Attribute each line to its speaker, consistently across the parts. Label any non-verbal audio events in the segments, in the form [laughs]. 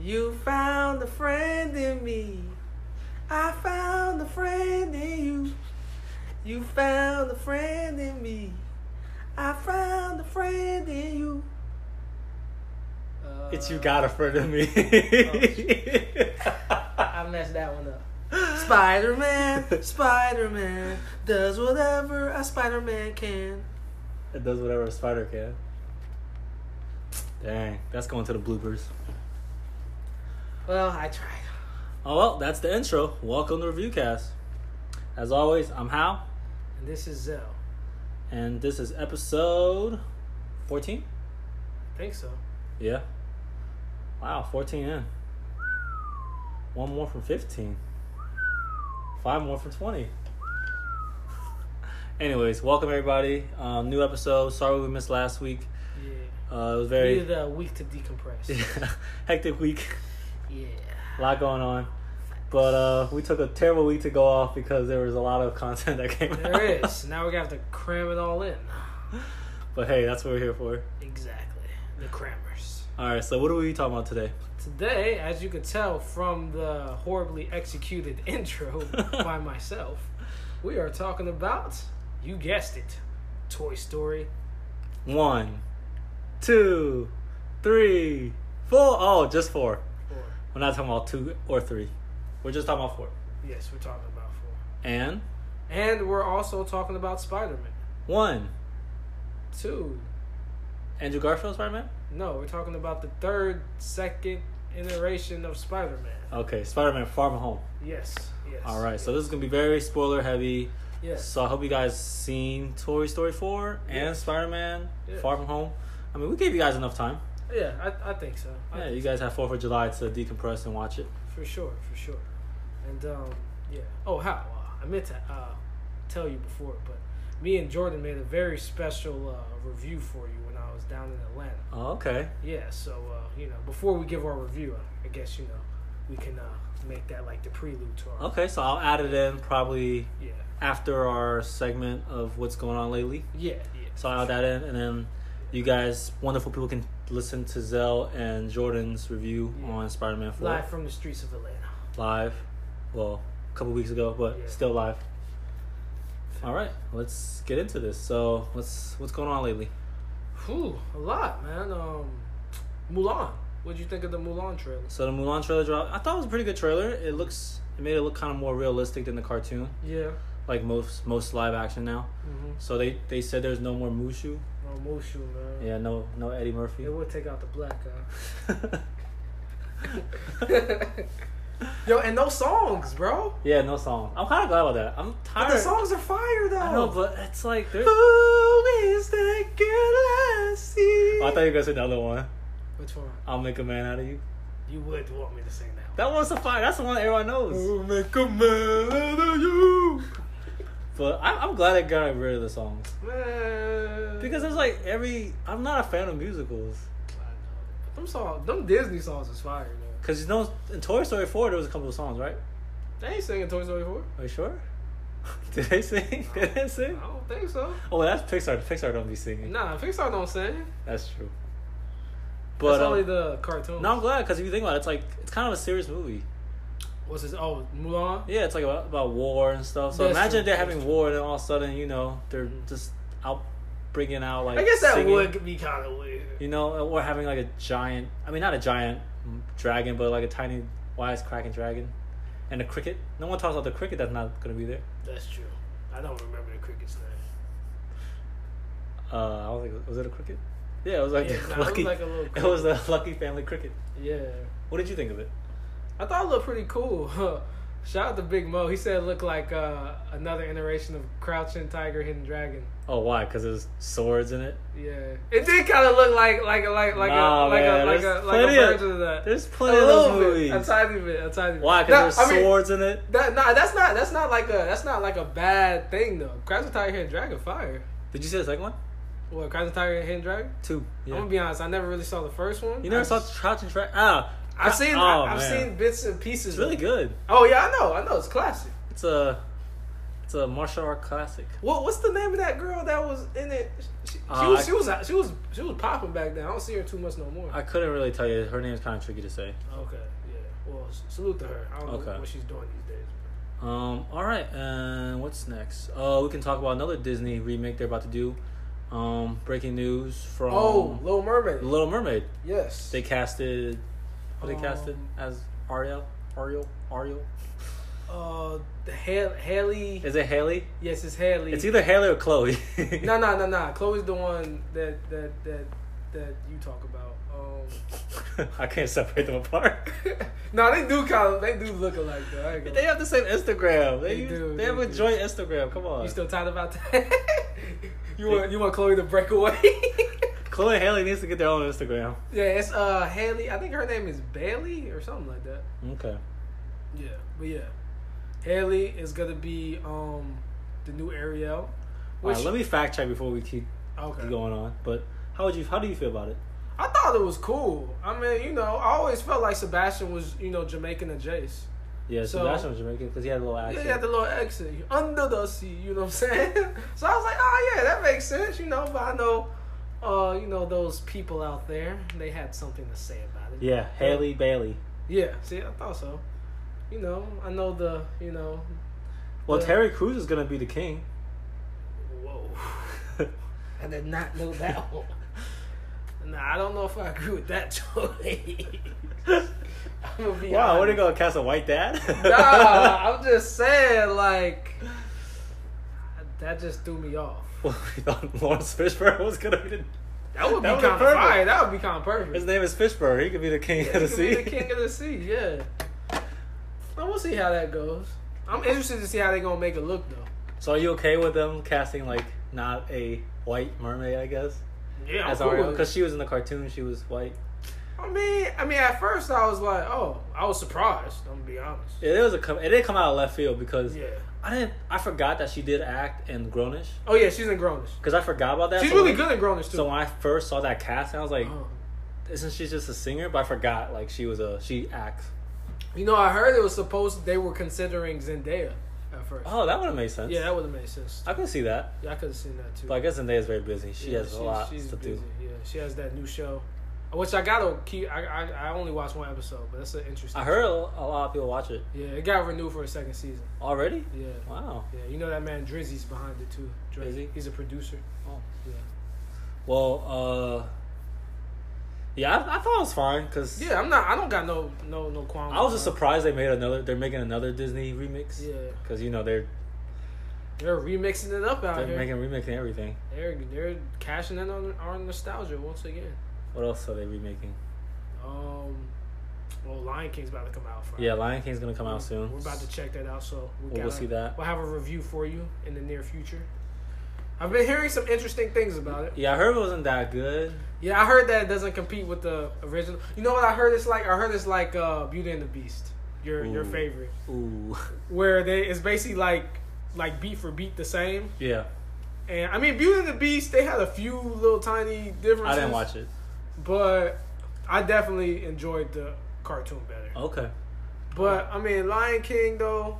Speaker 1: You found a friend in me. I found a friend in you. You found a friend in me. I found a friend in you. Uh,
Speaker 2: It's you got a friend of me.
Speaker 1: I messed that [gasps] one up. Spider Man, Spider Man does whatever a Spider Man can.
Speaker 2: it does whatever a spider can. Dang, that's going to the bloopers.
Speaker 1: Well, I tried.
Speaker 2: Oh well, that's the intro. Welcome to Reviewcast. As always, I'm Hal,
Speaker 1: And this is Zell.
Speaker 2: and this is episode 14.
Speaker 1: I think so.
Speaker 2: Yeah. Wow, 14 in. One more from 15. Five more from 20. Anyways, welcome everybody. Um, new episode. Sorry we missed last week.
Speaker 1: Yeah.
Speaker 2: Uh, it was
Speaker 1: Very.
Speaker 2: very
Speaker 1: Needed a week to [laughs] decompress.
Speaker 2: [laughs] hectic week.
Speaker 1: yeah.
Speaker 2: A lot going on. But uh, we took a terrible week to go off because there was a lot of content that came out.
Speaker 1: There is. Now we're gonna have to cram it all in.
Speaker 2: [laughs] but hey, that's what we're here for.
Speaker 1: Exactly. The crammers.
Speaker 2: All right, so what are we talking about today?
Speaker 1: Today, as you could tell from the horribly executed [laughs] intro
Speaker 2: [laughs]
Speaker 1: by myself, we are talking about, you guessed it, Toy Story.
Speaker 2: One, two, three, four. Oh, just four.
Speaker 1: 4.
Speaker 2: We're not talking about two or three. We're just talking about four.
Speaker 1: Yes, we're talking about 4.
Speaker 2: And
Speaker 1: And we're also talking about Spider Man.
Speaker 2: one.
Speaker 1: 2.
Speaker 2: Andrew Garfield Spider Man?
Speaker 1: No, we're talking about the third, second iteration of Spider Man.
Speaker 2: Okay, Spider Man Far From Home.
Speaker 1: Yes, yes.
Speaker 2: Alright, Oh. so this is gonna be very spoiler heavy.
Speaker 1: Yes.
Speaker 2: So I hope you guys seen Toy Story 4 and
Speaker 1: Yes.
Speaker 2: Spider Man
Speaker 1: Yes.
Speaker 2: Far From Home. I mean we gave you guys enough time.
Speaker 1: Yeah, I, I think so. I
Speaker 2: Yeah, you guys have Fourth of July to decompress and watch it.
Speaker 1: For sure, for sure. And um, yeah. Oh, how uh, I meant to uh, tell you before, but me and Jordan made a very special uh, review for you when I was down in Atlanta.
Speaker 2: Oh, okay.
Speaker 1: Yeah. So uh, you know, before we give our review, uh, I, I guess you know we can uh, make that like the prelude to our.
Speaker 2: Okay, so I'll add it in probably
Speaker 1: Yeah.
Speaker 2: after our segment of what's going on lately.
Speaker 1: Yeah. Yeah.
Speaker 2: So uh, I'll add that in, and then you guys, wonderful people, can listen to Zell and Jordan's review
Speaker 1: Yeah.
Speaker 2: on Spider Man 4
Speaker 1: Live from the streets of Atlanta.
Speaker 2: Live. Well, a couple weeks ago, but
Speaker 1: Yeah.
Speaker 2: still live. All right, let's get into this. So, what's what's going on lately?
Speaker 1: Whew, a lot, man. Um, Mulan. What'd you think of the Mulan trailer?
Speaker 2: So the Mulan trailer dropped. I thought it was a pretty good trailer. It looks it made it look kind of more realistic than the cartoon,
Speaker 1: Yeah.
Speaker 2: like most most live action now.
Speaker 1: Mm-hmm.
Speaker 2: So they they said there's no more Mushu.
Speaker 1: Oh, Mushu, man.
Speaker 2: Yeah, no no Eddie Murphy. [laughs]
Speaker 1: It would take out the black guy. [laughs] Yo, and no songs, bro.
Speaker 2: yeah, no song. I'm kind of glad about that. I'm
Speaker 1: But
Speaker 2: tired.
Speaker 1: the songs are fire though.
Speaker 2: I know, but it's like there. Oh,
Speaker 1: Who is that girl I see?
Speaker 2: Oh, I thought you guys said the other one.
Speaker 1: Which one?
Speaker 2: I'll make a man out of you.
Speaker 1: You would want me to sing that.
Speaker 2: That one's a fire. That's the one everyone knows.
Speaker 1: One. Make a man out of you.
Speaker 2: But I, I'm glad they got rid of the songs because it's like every. I'm not a fan of musicals
Speaker 1: them songs, them Disney songs is fire. though.
Speaker 2: because you know in Toy Story four there was a couple of songs, right?
Speaker 1: They ain't singing Toy Story four.
Speaker 2: Are you sure? [laughs] Did they sing? [laughs]
Speaker 1: No.
Speaker 2: Did they
Speaker 1: I
Speaker 2: sing?
Speaker 1: don't think so.
Speaker 2: Oh, that's Pixar. Pixar don't be singing.
Speaker 1: Nah, Pixar don't sing.
Speaker 2: That's true.
Speaker 1: But
Speaker 2: But
Speaker 1: That's
Speaker 2: um,
Speaker 1: only the cartoon.
Speaker 2: no, I'm glad because if you think about it, it's like it's kind of a serious movie.
Speaker 1: What's his? Oh, Mulan.
Speaker 2: Yeah, it's like about, about war and stuff. So
Speaker 1: That's
Speaker 2: imagine
Speaker 1: true,
Speaker 2: if they're
Speaker 1: that's
Speaker 2: having
Speaker 1: true.
Speaker 2: war and then all of a sudden, you know, they're
Speaker 1: Mhm.
Speaker 2: just out bringing out like.
Speaker 1: I guess that
Speaker 2: singing,
Speaker 1: would be kind of weird.
Speaker 2: You know, uh, or having like a giant. I mean, not a giant dragon, but like a tiny wisecracking dragon, and a cricket. No one talks about the cricket that's not gonna be there.
Speaker 1: That's true. I don't remember the cricket's name.
Speaker 2: Uh, I don't think was it a cricket. Yeah, it was like
Speaker 1: Yeah,
Speaker 2: the
Speaker 1: nah, it was
Speaker 2: lucky.
Speaker 1: like a little
Speaker 2: [laughs] It was the lucky family cricket.
Speaker 1: Yeah.
Speaker 2: What did you think of it?
Speaker 1: I thought it looked pretty cool. [laughs] Shout out to Big Mo. He said it looked like uh, another iteration of Crouching Tiger, Hidden Dragon.
Speaker 2: Oh, why? Because there's swords in it.
Speaker 1: Yeah, it did kind of look like like like like
Speaker 2: Nah,
Speaker 1: a like
Speaker 2: man,
Speaker 1: a like
Speaker 2: there's
Speaker 1: a like a
Speaker 2: plenty of-
Speaker 1: version of that.
Speaker 2: There's
Speaker 1: a
Speaker 2: plenty of
Speaker 1: little
Speaker 2: those
Speaker 1: bit,
Speaker 2: movies.
Speaker 1: a tiny bit, a tiny bit.
Speaker 2: Why? Because
Speaker 1: Nah,
Speaker 2: there's
Speaker 1: I mean,
Speaker 2: swords in it.
Speaker 1: that, nah, that's not that's not like a that's not like a bad thing though. Crouching Tiger, Hidden Dragon, fire.
Speaker 2: Did you see the second one?
Speaker 1: What Crouching Tiger, Hidden Dragon?
Speaker 2: Two. Yeah.
Speaker 1: I'm gonna be honest. I never really saw the first one.
Speaker 2: You never
Speaker 1: I,
Speaker 2: saw Crouching Track? Ah,
Speaker 1: I've seen
Speaker 2: Oh,
Speaker 1: I, have
Speaker 2: man.
Speaker 1: seen bits and pieces.
Speaker 2: it's really
Speaker 1: of-
Speaker 2: good.
Speaker 1: Oh yeah, I know, I know. It's classic.
Speaker 2: It's a, it's It's a martial art classic.
Speaker 1: What what's the name of that girl that was in it? She, she,
Speaker 2: Uh,
Speaker 1: was,
Speaker 2: I-
Speaker 1: she was she was she was popping back then. I don't see her too much no more.
Speaker 2: I couldn't really tell you. Her name's kind of tricky to say.
Speaker 1: okay, yeah. Well, s- salute to her. I don't know
Speaker 2: Okay.
Speaker 1: what she's doing these days.
Speaker 2: Um, all right, and what's next? Uh, we can talk about another Disney remake they're about to do. Um, breaking news from
Speaker 1: oh, Little Mermaid.
Speaker 2: The Little Mermaid.
Speaker 1: yes.
Speaker 2: Um, They casted. What they casted
Speaker 1: Um,
Speaker 2: as Ariel? Ariel? Ariel?
Speaker 1: uh, the Hal- Haley.
Speaker 2: Is it Haley?
Speaker 1: yes, it's Haley. [laughs]
Speaker 2: It's either Haley or Chloe.
Speaker 1: No, no, no, no. Chloe's the one that that that that you talk about. [laughs] Um,
Speaker 2: [laughs] I can't separate them apart.
Speaker 1: no, they do kind of they do look alike though. I ain't gonna-
Speaker 2: They have the same Instagram. They,
Speaker 1: They
Speaker 2: use-
Speaker 1: do,
Speaker 2: They have
Speaker 1: they
Speaker 2: a
Speaker 1: do.
Speaker 2: joint Instagram. Come on.
Speaker 1: you still tired about that? [laughs] you
Speaker 2: They-
Speaker 1: want you want Chloe to break away? [laughs]
Speaker 2: Chloe and Haley needs to get their own Instagram.
Speaker 1: yeah, it's uh Haley. I think her name is Bailey or something like that.
Speaker 2: Okay.
Speaker 1: Yeah, but yeah, Haley is gonna be um the new Ariel.
Speaker 2: All
Speaker 1: Which
Speaker 2: right, let me fact check before we keep
Speaker 1: okay.
Speaker 2: going on. But how would you? How do you feel about it?
Speaker 1: I thought it was cool. I mean, you know, I always felt like Sebastian was you know Jamaican and Jace.
Speaker 2: Yeah,
Speaker 1: So-
Speaker 2: Sebastian was Jamaican because he had a little
Speaker 1: Yeah,
Speaker 2: accent.
Speaker 1: he had the little exit under the sea. You know what I'm saying? [laughs] so I was like, oh yeah, that makes sense. You know, but I know, uh, you know those people out there, they had something to say about it.
Speaker 2: Yeah, Haley Bailey.
Speaker 1: Yeah. See, I thought so. You know, I know the. You know.
Speaker 2: Well,
Speaker 1: Yeah.
Speaker 2: Terry Crews is gonna be the king. [laughs]
Speaker 1: Whoa. I did not know that [laughs] one. Nah, I don't know if I agree with that [laughs] choice. I'm gonna be
Speaker 2: wow, what are
Speaker 1: honest.
Speaker 2: you gonna cast a white dad?
Speaker 1: Nah, I'm just saying, like, that just threw me off.
Speaker 2: Well, [laughs] we thought Lawrence Fishburne was gonna be the.
Speaker 1: That would be
Speaker 2: That
Speaker 1: kind
Speaker 2: would've
Speaker 1: of
Speaker 2: perfect.
Speaker 1: fire. That would be kind of perfect.
Speaker 2: His name is Fishburne. He could be the king of the
Speaker 1: He
Speaker 2: sea.
Speaker 1: could be the king of the sea, yeah. Well, we'll see how that goes. I'm interested to see how they're gonna make it look though.
Speaker 2: [laughs] So, are you okay with them casting like not a white mermaid? I guess
Speaker 1: Yeah,
Speaker 2: as Ariel, because she was in the cartoon, she was white.
Speaker 1: I mean, I mean, at first I was like, oh, I was surprised. I'm gonna be honest.
Speaker 2: It was a com- it did come out of left field because
Speaker 1: Yeah.
Speaker 2: I didn't I forgot that she did act in Grownish
Speaker 1: Oh yeah, she's in Grownish.
Speaker 2: because I forgot about that.
Speaker 1: She's
Speaker 2: So
Speaker 1: really
Speaker 2: when-
Speaker 1: good in Grownish too.
Speaker 2: So when I first saw that casting, I was like,
Speaker 1: Oh.
Speaker 2: "Isn't she just a singer?" But I forgot like she was a she acts.
Speaker 1: You know, I heard it was supposed they were considering Zendaya at first.
Speaker 2: Oh, that would have made sense.
Speaker 1: Yeah, that would have made sense.
Speaker 2: I could see that.
Speaker 1: Yeah, I could have seen that too.
Speaker 2: But I guess Zendaya's very busy. She
Speaker 1: Yeah,
Speaker 2: has a
Speaker 1: she's-
Speaker 2: lot
Speaker 1: she's
Speaker 2: to do.
Speaker 1: busy, Yeah, she has that new show, which I gotta keep. I, I I only watched one episode, but that's an interesting.
Speaker 2: I heard a a lot of people watch it
Speaker 1: Yeah, it got renewed for a second season.
Speaker 2: already.
Speaker 1: Yeah,
Speaker 2: Wow.
Speaker 1: yeah. You know that man Drizzy's behind it too. Drizzy,
Speaker 2: Is he?
Speaker 1: he's a producer.
Speaker 2: Oh.
Speaker 1: Yeah.
Speaker 2: Well, uh, yeah, I, I thought it was fine because
Speaker 1: Yeah, I'm not. I don't got no no no qualms.
Speaker 2: I was just
Speaker 1: about
Speaker 2: surprised they made another. They're making another Disney remix.
Speaker 1: it. Yeah,
Speaker 2: Because you know they're
Speaker 1: they're remixing it up out
Speaker 2: they're
Speaker 1: here.
Speaker 2: making remixing everything.
Speaker 1: they're they're cashing in on our nostalgia once again.
Speaker 2: What else are they remaking?
Speaker 1: Um, well, Lion King's about to come out. Friday.
Speaker 2: Yeah, Lion King's gonna come out soon.
Speaker 1: We're about to check that out, so we
Speaker 2: We'll, we'll
Speaker 1: gotta-
Speaker 2: see that.
Speaker 1: We'll have a review for you in the near future. I've been hearing some interesting things about it.
Speaker 2: Yeah, I heard it wasn't that good.
Speaker 1: Yeah, I heard that it doesn't compete with the original. You know what I heard it's like? I heard it's like uh, Beauty and the Beast, your your
Speaker 2: Ooh.
Speaker 1: favorite,
Speaker 2: Ooh. [laughs]
Speaker 1: where they it's basically like like beat for beat the same.
Speaker 2: Yeah,
Speaker 1: And I mean, Beauty and the Beast, they had a few little tiny differences.
Speaker 2: I didn't watch it.
Speaker 1: but I definitely enjoyed the cartoon better.
Speaker 2: Okay.
Speaker 1: But I mean, Lion King though,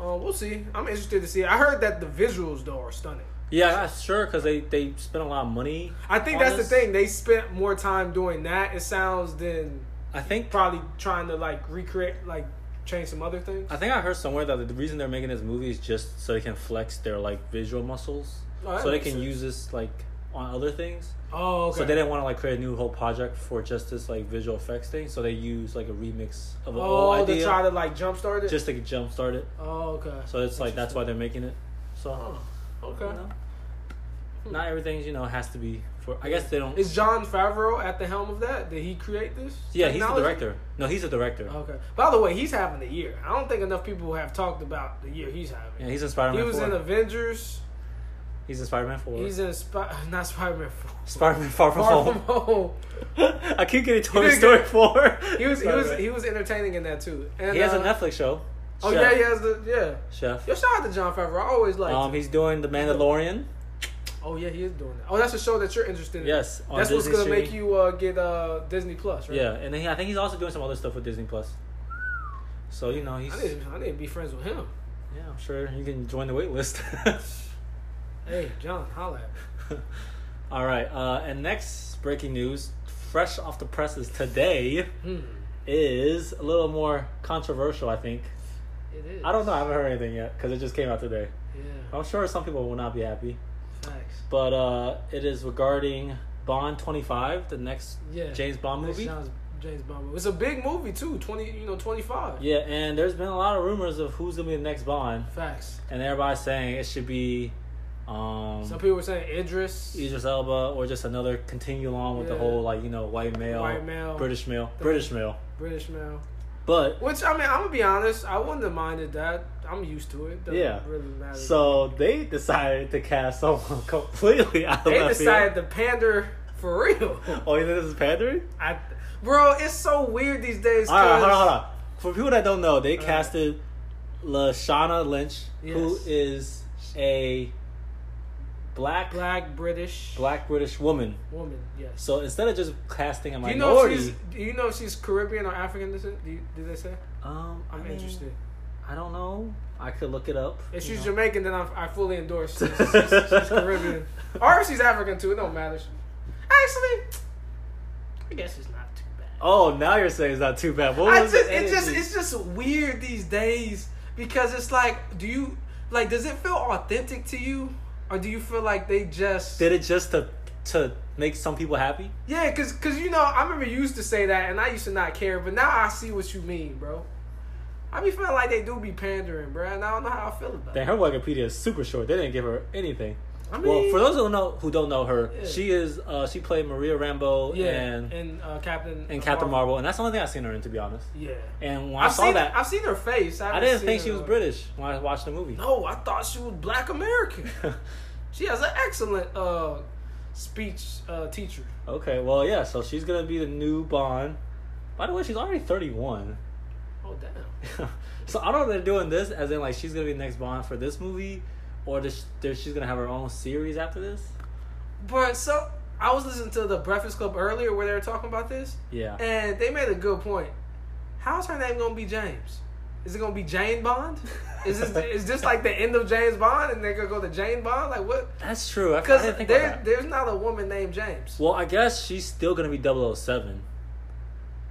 Speaker 1: uh, we'll see. I'm interested to see. I heard that the visuals though are stunning.
Speaker 2: Yeah, I- sure, because they they spent a lot of money.
Speaker 1: I think
Speaker 2: on
Speaker 1: that's the
Speaker 2: this.
Speaker 1: thing. They spent more time doing that. It sounds than
Speaker 2: I think
Speaker 1: probably trying to like recreate, like change some other things.
Speaker 2: I think I heard somewhere that the reason they're making this movie is just so they can flex their like visual muscles,
Speaker 1: Oh, that
Speaker 2: so they
Speaker 1: makes
Speaker 2: can
Speaker 1: sense.
Speaker 2: use this like on other things.
Speaker 1: Oh, okay.
Speaker 2: So they didn't want to like create a new whole project for just this like visual effects thing. So they use like a remix of an
Speaker 1: oh,
Speaker 2: old
Speaker 1: to
Speaker 2: idea
Speaker 1: try to like jumpstart it.
Speaker 2: just to jumpstart it.
Speaker 1: oh, okay.
Speaker 2: So it's like that's why they're making it. So
Speaker 1: Oh, okay. Hmm.
Speaker 2: you know, not everything's you know has to be for. I guess they don't.
Speaker 1: Is John Favreau at the helm of that? Did he create this?
Speaker 2: Yeah, he's the
Speaker 1: technology? Oh.
Speaker 2: director. No, he's the director.
Speaker 1: Okay. By the way, he's having the year. I don't think enough people have talked about the year he's having.
Speaker 2: Yeah, he's in Spider
Speaker 1: He
Speaker 2: Man
Speaker 1: was
Speaker 2: 4.
Speaker 1: in Avengers.
Speaker 2: he's in Spider Man 4. [laughs]
Speaker 1: He's in Sp- [laughs] not Spider Man Four.
Speaker 2: Spider Man Far From
Speaker 1: Far from
Speaker 2: [laughs] Home.
Speaker 1: home.
Speaker 2: I
Speaker 1: [laughs]
Speaker 2: keep getting Toy
Speaker 1: didn't
Speaker 2: Story
Speaker 1: get-
Speaker 2: 4.
Speaker 1: He was he was
Speaker 2: Spider-Man.
Speaker 1: he was entertaining in that too. And,
Speaker 2: He has a
Speaker 1: uh,
Speaker 2: Netflix show.
Speaker 1: Oh
Speaker 2: Chef.
Speaker 1: yeah, he has the yeah.
Speaker 2: Chef.
Speaker 1: Yo, shout out to John Favreau. I always like.
Speaker 2: Um, he's doing The Mandalorian.
Speaker 1: oh yeah, he is doing that. Oh, that's a show that you're interested in.
Speaker 2: Yes, on
Speaker 1: That's what's
Speaker 2: Disney
Speaker 1: gonna make
Speaker 2: streaming.
Speaker 1: you uh, get uh, Disney Plus, right?
Speaker 2: Yeah, and then he, I think he's also doing some other stuff with Disney Plus. So you know he's
Speaker 1: I need to- I need to be friends with him.
Speaker 2: Yeah, I'm sure you can join the wait list.
Speaker 1: Hey, John, holla at me.
Speaker 2: [laughs] All right, uh, and next breaking news, fresh off the presses today,
Speaker 1: Hmm.
Speaker 2: is a little more controversial, I think.
Speaker 1: It is.
Speaker 2: I don't know, I haven't heard anything yet because it just came out today.
Speaker 1: Yeah.
Speaker 2: I'm sure some people will not be happy,
Speaker 1: Facts.
Speaker 2: but uh, it is regarding Bond 25, the next
Speaker 1: Yeah.
Speaker 2: James Bond
Speaker 1: Next
Speaker 2: movie.
Speaker 1: John's James Bond movie. It's a big movie too. Twenty, you know, twenty-five.
Speaker 2: Yeah, and there's been a lot of rumors of who's gonna be the next Bond,
Speaker 1: Facts.
Speaker 2: and everybody's saying it should be um,
Speaker 1: Some people were saying Idris.
Speaker 2: Idris Elba or just another continue on with the
Speaker 1: Yeah.
Speaker 2: whole like you know white male,
Speaker 1: White male.
Speaker 2: British male,
Speaker 1: The-
Speaker 2: British male.
Speaker 1: British male.
Speaker 2: But
Speaker 1: Which I mean, I'm gonna be honest. I wouldn't have minded that. I'm used to it. Doesn't
Speaker 2: Yeah.
Speaker 1: Really matter.
Speaker 2: so they decided to cast [laughs] someone completely out of
Speaker 1: they
Speaker 2: left
Speaker 1: decided to pander for real. [laughs]
Speaker 2: field. Oh, you think this is pandering?
Speaker 1: I, bro, it's so weird these days.
Speaker 2: All right,
Speaker 1: 'cause-
Speaker 2: hold on, hold on. For people that don't know, they
Speaker 1: right.
Speaker 2: casted Lashana Lynch, who
Speaker 1: Yes.
Speaker 2: is a black, black
Speaker 1: Black British
Speaker 2: British woman.
Speaker 1: woman. Yes.
Speaker 2: So instead of just casting a
Speaker 1: Do you know if
Speaker 2: minority,
Speaker 1: she's? Do you know if she's Caribbean or African descent? Do you, did they say?
Speaker 2: um, I
Speaker 1: I'm
Speaker 2: mean,
Speaker 1: interested.
Speaker 2: I don't know. I could look it up.
Speaker 1: If
Speaker 2: you
Speaker 1: she's
Speaker 2: know.
Speaker 1: Jamaican, then I'm, I fully endorse.
Speaker 2: [laughs]
Speaker 1: She's, she's- she's Caribbean, or if she's African too, it don't matter. She- Actually, I guess it's not too bad.
Speaker 2: Oh, now you're saying it's not too bad. What
Speaker 1: I
Speaker 2: was
Speaker 1: just,
Speaker 2: the
Speaker 1: it just,
Speaker 2: energy?
Speaker 1: it's just weird these days because it's like, do you like? Does it feel authentic to you, or do you feel like they just?
Speaker 2: Did it just to to make some people happy?
Speaker 1: Yeah, cause, cause you know, I remember you used to say that, and I used to not care, but now I see what you mean, bro. I be feeling like they do be pandering, bro, and I don't know how I feel about
Speaker 2: Then
Speaker 1: it.
Speaker 2: her Wikipedia is super short. They didn't give her anything.
Speaker 1: I
Speaker 2: well,
Speaker 1: mean-
Speaker 2: for those who don't know who don't know her,
Speaker 1: Yeah.
Speaker 2: she is uh, she played Maria Rambo
Speaker 1: Yeah, and,
Speaker 2: and
Speaker 1: uh, Captain
Speaker 2: and Captain Marvel, and that's the only thing I've seen her in, to be honest.
Speaker 1: Yeah,
Speaker 2: And when i
Speaker 1: I've
Speaker 2: saw
Speaker 1: seen,
Speaker 2: that,
Speaker 1: I've seen her face.
Speaker 2: I,
Speaker 1: haven't
Speaker 2: didn't
Speaker 1: seen
Speaker 2: think she
Speaker 1: her-
Speaker 2: was British when I watched the movie.
Speaker 1: No, I thought she was Black
Speaker 2: [laughs]
Speaker 1: American. she has an excellent uh, speech uh, teacher.
Speaker 2: Okay, well, yeah, so she's gonna be the new Bond. By the way, she's already thirty-one.
Speaker 1: Oh damn!
Speaker 2: [laughs] so I don't know if they're doing this as in like she's gonna be the next Bond for this movie, or this, there, she's gonna have her own series after this.
Speaker 1: But so I was listening to the Breakfast Club earlier where they were talking about this,
Speaker 2: Yeah,
Speaker 1: and they made a good point. How's her name gonna be James? Is it gonna be Jane Bond? Is
Speaker 2: [laughs]
Speaker 1: this is this like the end of James Bond, and they're gonna go to Jane Bond? Like what?
Speaker 2: that's true. I, I
Speaker 1: Because
Speaker 2: didn't think about
Speaker 1: there
Speaker 2: that.
Speaker 1: there's not a woman named James.
Speaker 2: Well, I guess she's still gonna be 007.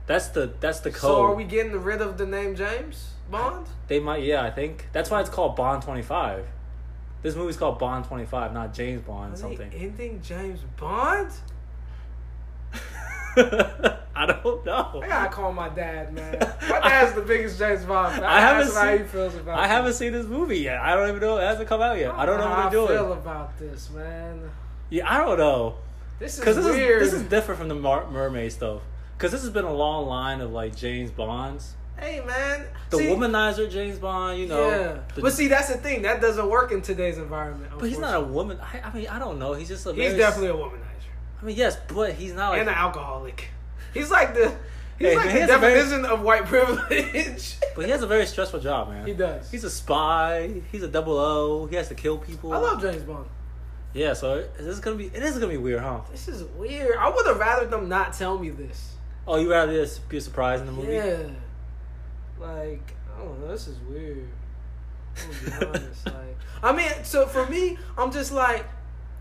Speaker 2: That's the that's the code.
Speaker 1: So are we getting rid of the name James Bond?
Speaker 2: They might, yeah, I think that's why it's called Bond 25. This movie's called Bond 25, not James Bond
Speaker 1: Are they
Speaker 2: something.
Speaker 1: ending James Bond?
Speaker 2: [laughs] I don't know.
Speaker 1: I gotta call my dad,
Speaker 2: [laughs]
Speaker 1: man. My dad's the biggest James Bond. Fan.
Speaker 2: I haven't
Speaker 1: That's how he
Speaker 2: seen-
Speaker 1: feels about.
Speaker 2: I
Speaker 1: it.
Speaker 2: haven't seen this movie yet. I don't even know it hasn't come out yet. I don't know
Speaker 1: how
Speaker 2: what they're
Speaker 1: I feel
Speaker 2: doing.
Speaker 1: about this, man.
Speaker 2: Yeah, I don't know.
Speaker 1: This is
Speaker 2: Cause this
Speaker 1: weird.
Speaker 2: is this is different from the Mar- mermaid stuff. Cause this has been a long line of like James Bonds,
Speaker 1: hey, man.
Speaker 2: the
Speaker 1: See,
Speaker 2: womanizer James Bond. You know,
Speaker 1: yeah.
Speaker 2: the-
Speaker 1: but see, that's the thing. That doesn't work in today's environment.
Speaker 2: but he's not a
Speaker 1: unfortunately.
Speaker 2: woman. I, I mean, I don't know. He's just a.
Speaker 1: He's
Speaker 2: very-
Speaker 1: definitely a womanizer
Speaker 2: I mean, yes, but he's not like.
Speaker 1: and an alcoholic. He's like the. He's
Speaker 2: Hey,
Speaker 1: like
Speaker 2: man,
Speaker 1: the
Speaker 2: he has a very-
Speaker 1: definition of white
Speaker 2: [laughs]
Speaker 1: privilege.
Speaker 2: but he has a very stressful job, man.
Speaker 1: he does.
Speaker 2: He's a spy. He's a double O. He has to kill people.
Speaker 1: I love James Bond.
Speaker 2: Yeah, so it- this is gonna be. It is gonna be weird, huh?
Speaker 1: This is weird. I would have rather them not tell me this.
Speaker 2: Oh, you rather this be a surprise in the movie?
Speaker 1: Yeah. Like, I don't know. This is weird. I'm
Speaker 2: [laughs]
Speaker 1: gonna be honest. like, I mean, so for me, I'm just like,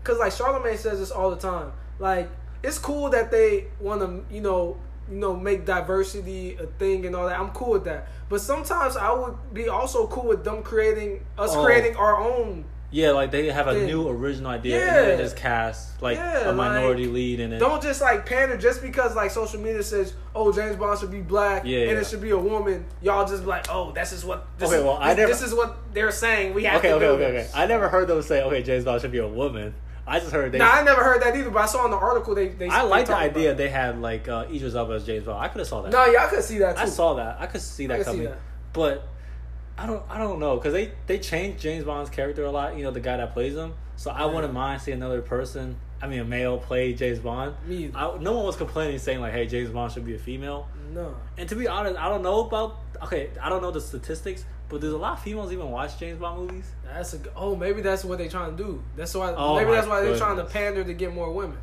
Speaker 1: cause like Charlemagne says this all the time. Like, it's cool that they want to, you know, you know, make diversity a thing and all that. I'm cool with that. But sometimes I would be also cool with them creating us
Speaker 2: Oh.
Speaker 1: creating our own.
Speaker 2: Yeah, like they have a
Speaker 1: Yeah.
Speaker 2: new original idea and then
Speaker 1: Yeah.
Speaker 2: they just cast like
Speaker 1: Yeah,
Speaker 2: a minority
Speaker 1: like,
Speaker 2: lead in it.
Speaker 1: Don't just like pander just because like social media says, oh James Bond should be black
Speaker 2: Yeah,
Speaker 1: and
Speaker 2: yeah.
Speaker 1: it should be a woman. Y'all just be like, oh, this is what this,
Speaker 2: Okay,
Speaker 1: is,
Speaker 2: well, I
Speaker 1: this,
Speaker 2: never-
Speaker 1: this is what they're saying. We have
Speaker 2: okay,
Speaker 1: to
Speaker 2: okay,
Speaker 1: do
Speaker 2: okay, okay.
Speaker 1: this.
Speaker 2: I never heard them say, "Okay, James Bond should be a woman." I just heard they.
Speaker 1: Nah, I never heard that either. But I saw in the article they they.
Speaker 2: I
Speaker 1: they
Speaker 2: like the
Speaker 1: talked about
Speaker 2: idea
Speaker 1: it.
Speaker 2: they had like uh, Idris Elba as James Bond. I could have saw that.
Speaker 1: No, y'all could see that too.
Speaker 2: I saw that. I could see that
Speaker 1: could see
Speaker 2: coming.
Speaker 1: that.
Speaker 2: But I don't I don't know cuz they they changed James Bond's character a lot, you know, the guy that plays him. So I wouldn't mind seeing another person, I mean a male play James Bond.
Speaker 1: Me either.
Speaker 2: I, no one was complaining saying like hey James Bond should be a female.
Speaker 1: No,
Speaker 2: And to be honest, I don't know about okay, I don't know the statistics, but there's a lot of females even watch James Bond movies.
Speaker 1: that's a. g- Oh, maybe that's what they trying to do. That's why.
Speaker 2: Oh
Speaker 1: maybe
Speaker 2: my
Speaker 1: that's why they're trying to
Speaker 2: goodness.
Speaker 1: pander to get more women.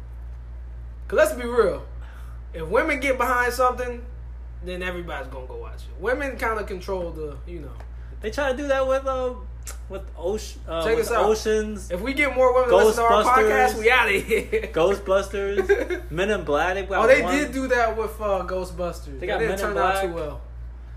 Speaker 1: Cause let's be real, if women get behind something, then everybody's gonna go watch it. Women kind of control the, you know. the
Speaker 2: They try to do that with uh, with ocean, uh,
Speaker 1: Check
Speaker 2: with
Speaker 1: us out.
Speaker 2: Oceans,
Speaker 1: If we get more women to listen to our
Speaker 2: Ghostbusters.
Speaker 1: podcast, we out of here.
Speaker 2: Ghostbusters, Men in Black. They
Speaker 1: [laughs]
Speaker 2: got
Speaker 1: oh, they
Speaker 2: one-
Speaker 1: did do that with uh, Ghostbusters.
Speaker 2: They got
Speaker 1: That didn't
Speaker 2: Men in
Speaker 1: turn out too
Speaker 2: Black.
Speaker 1: well.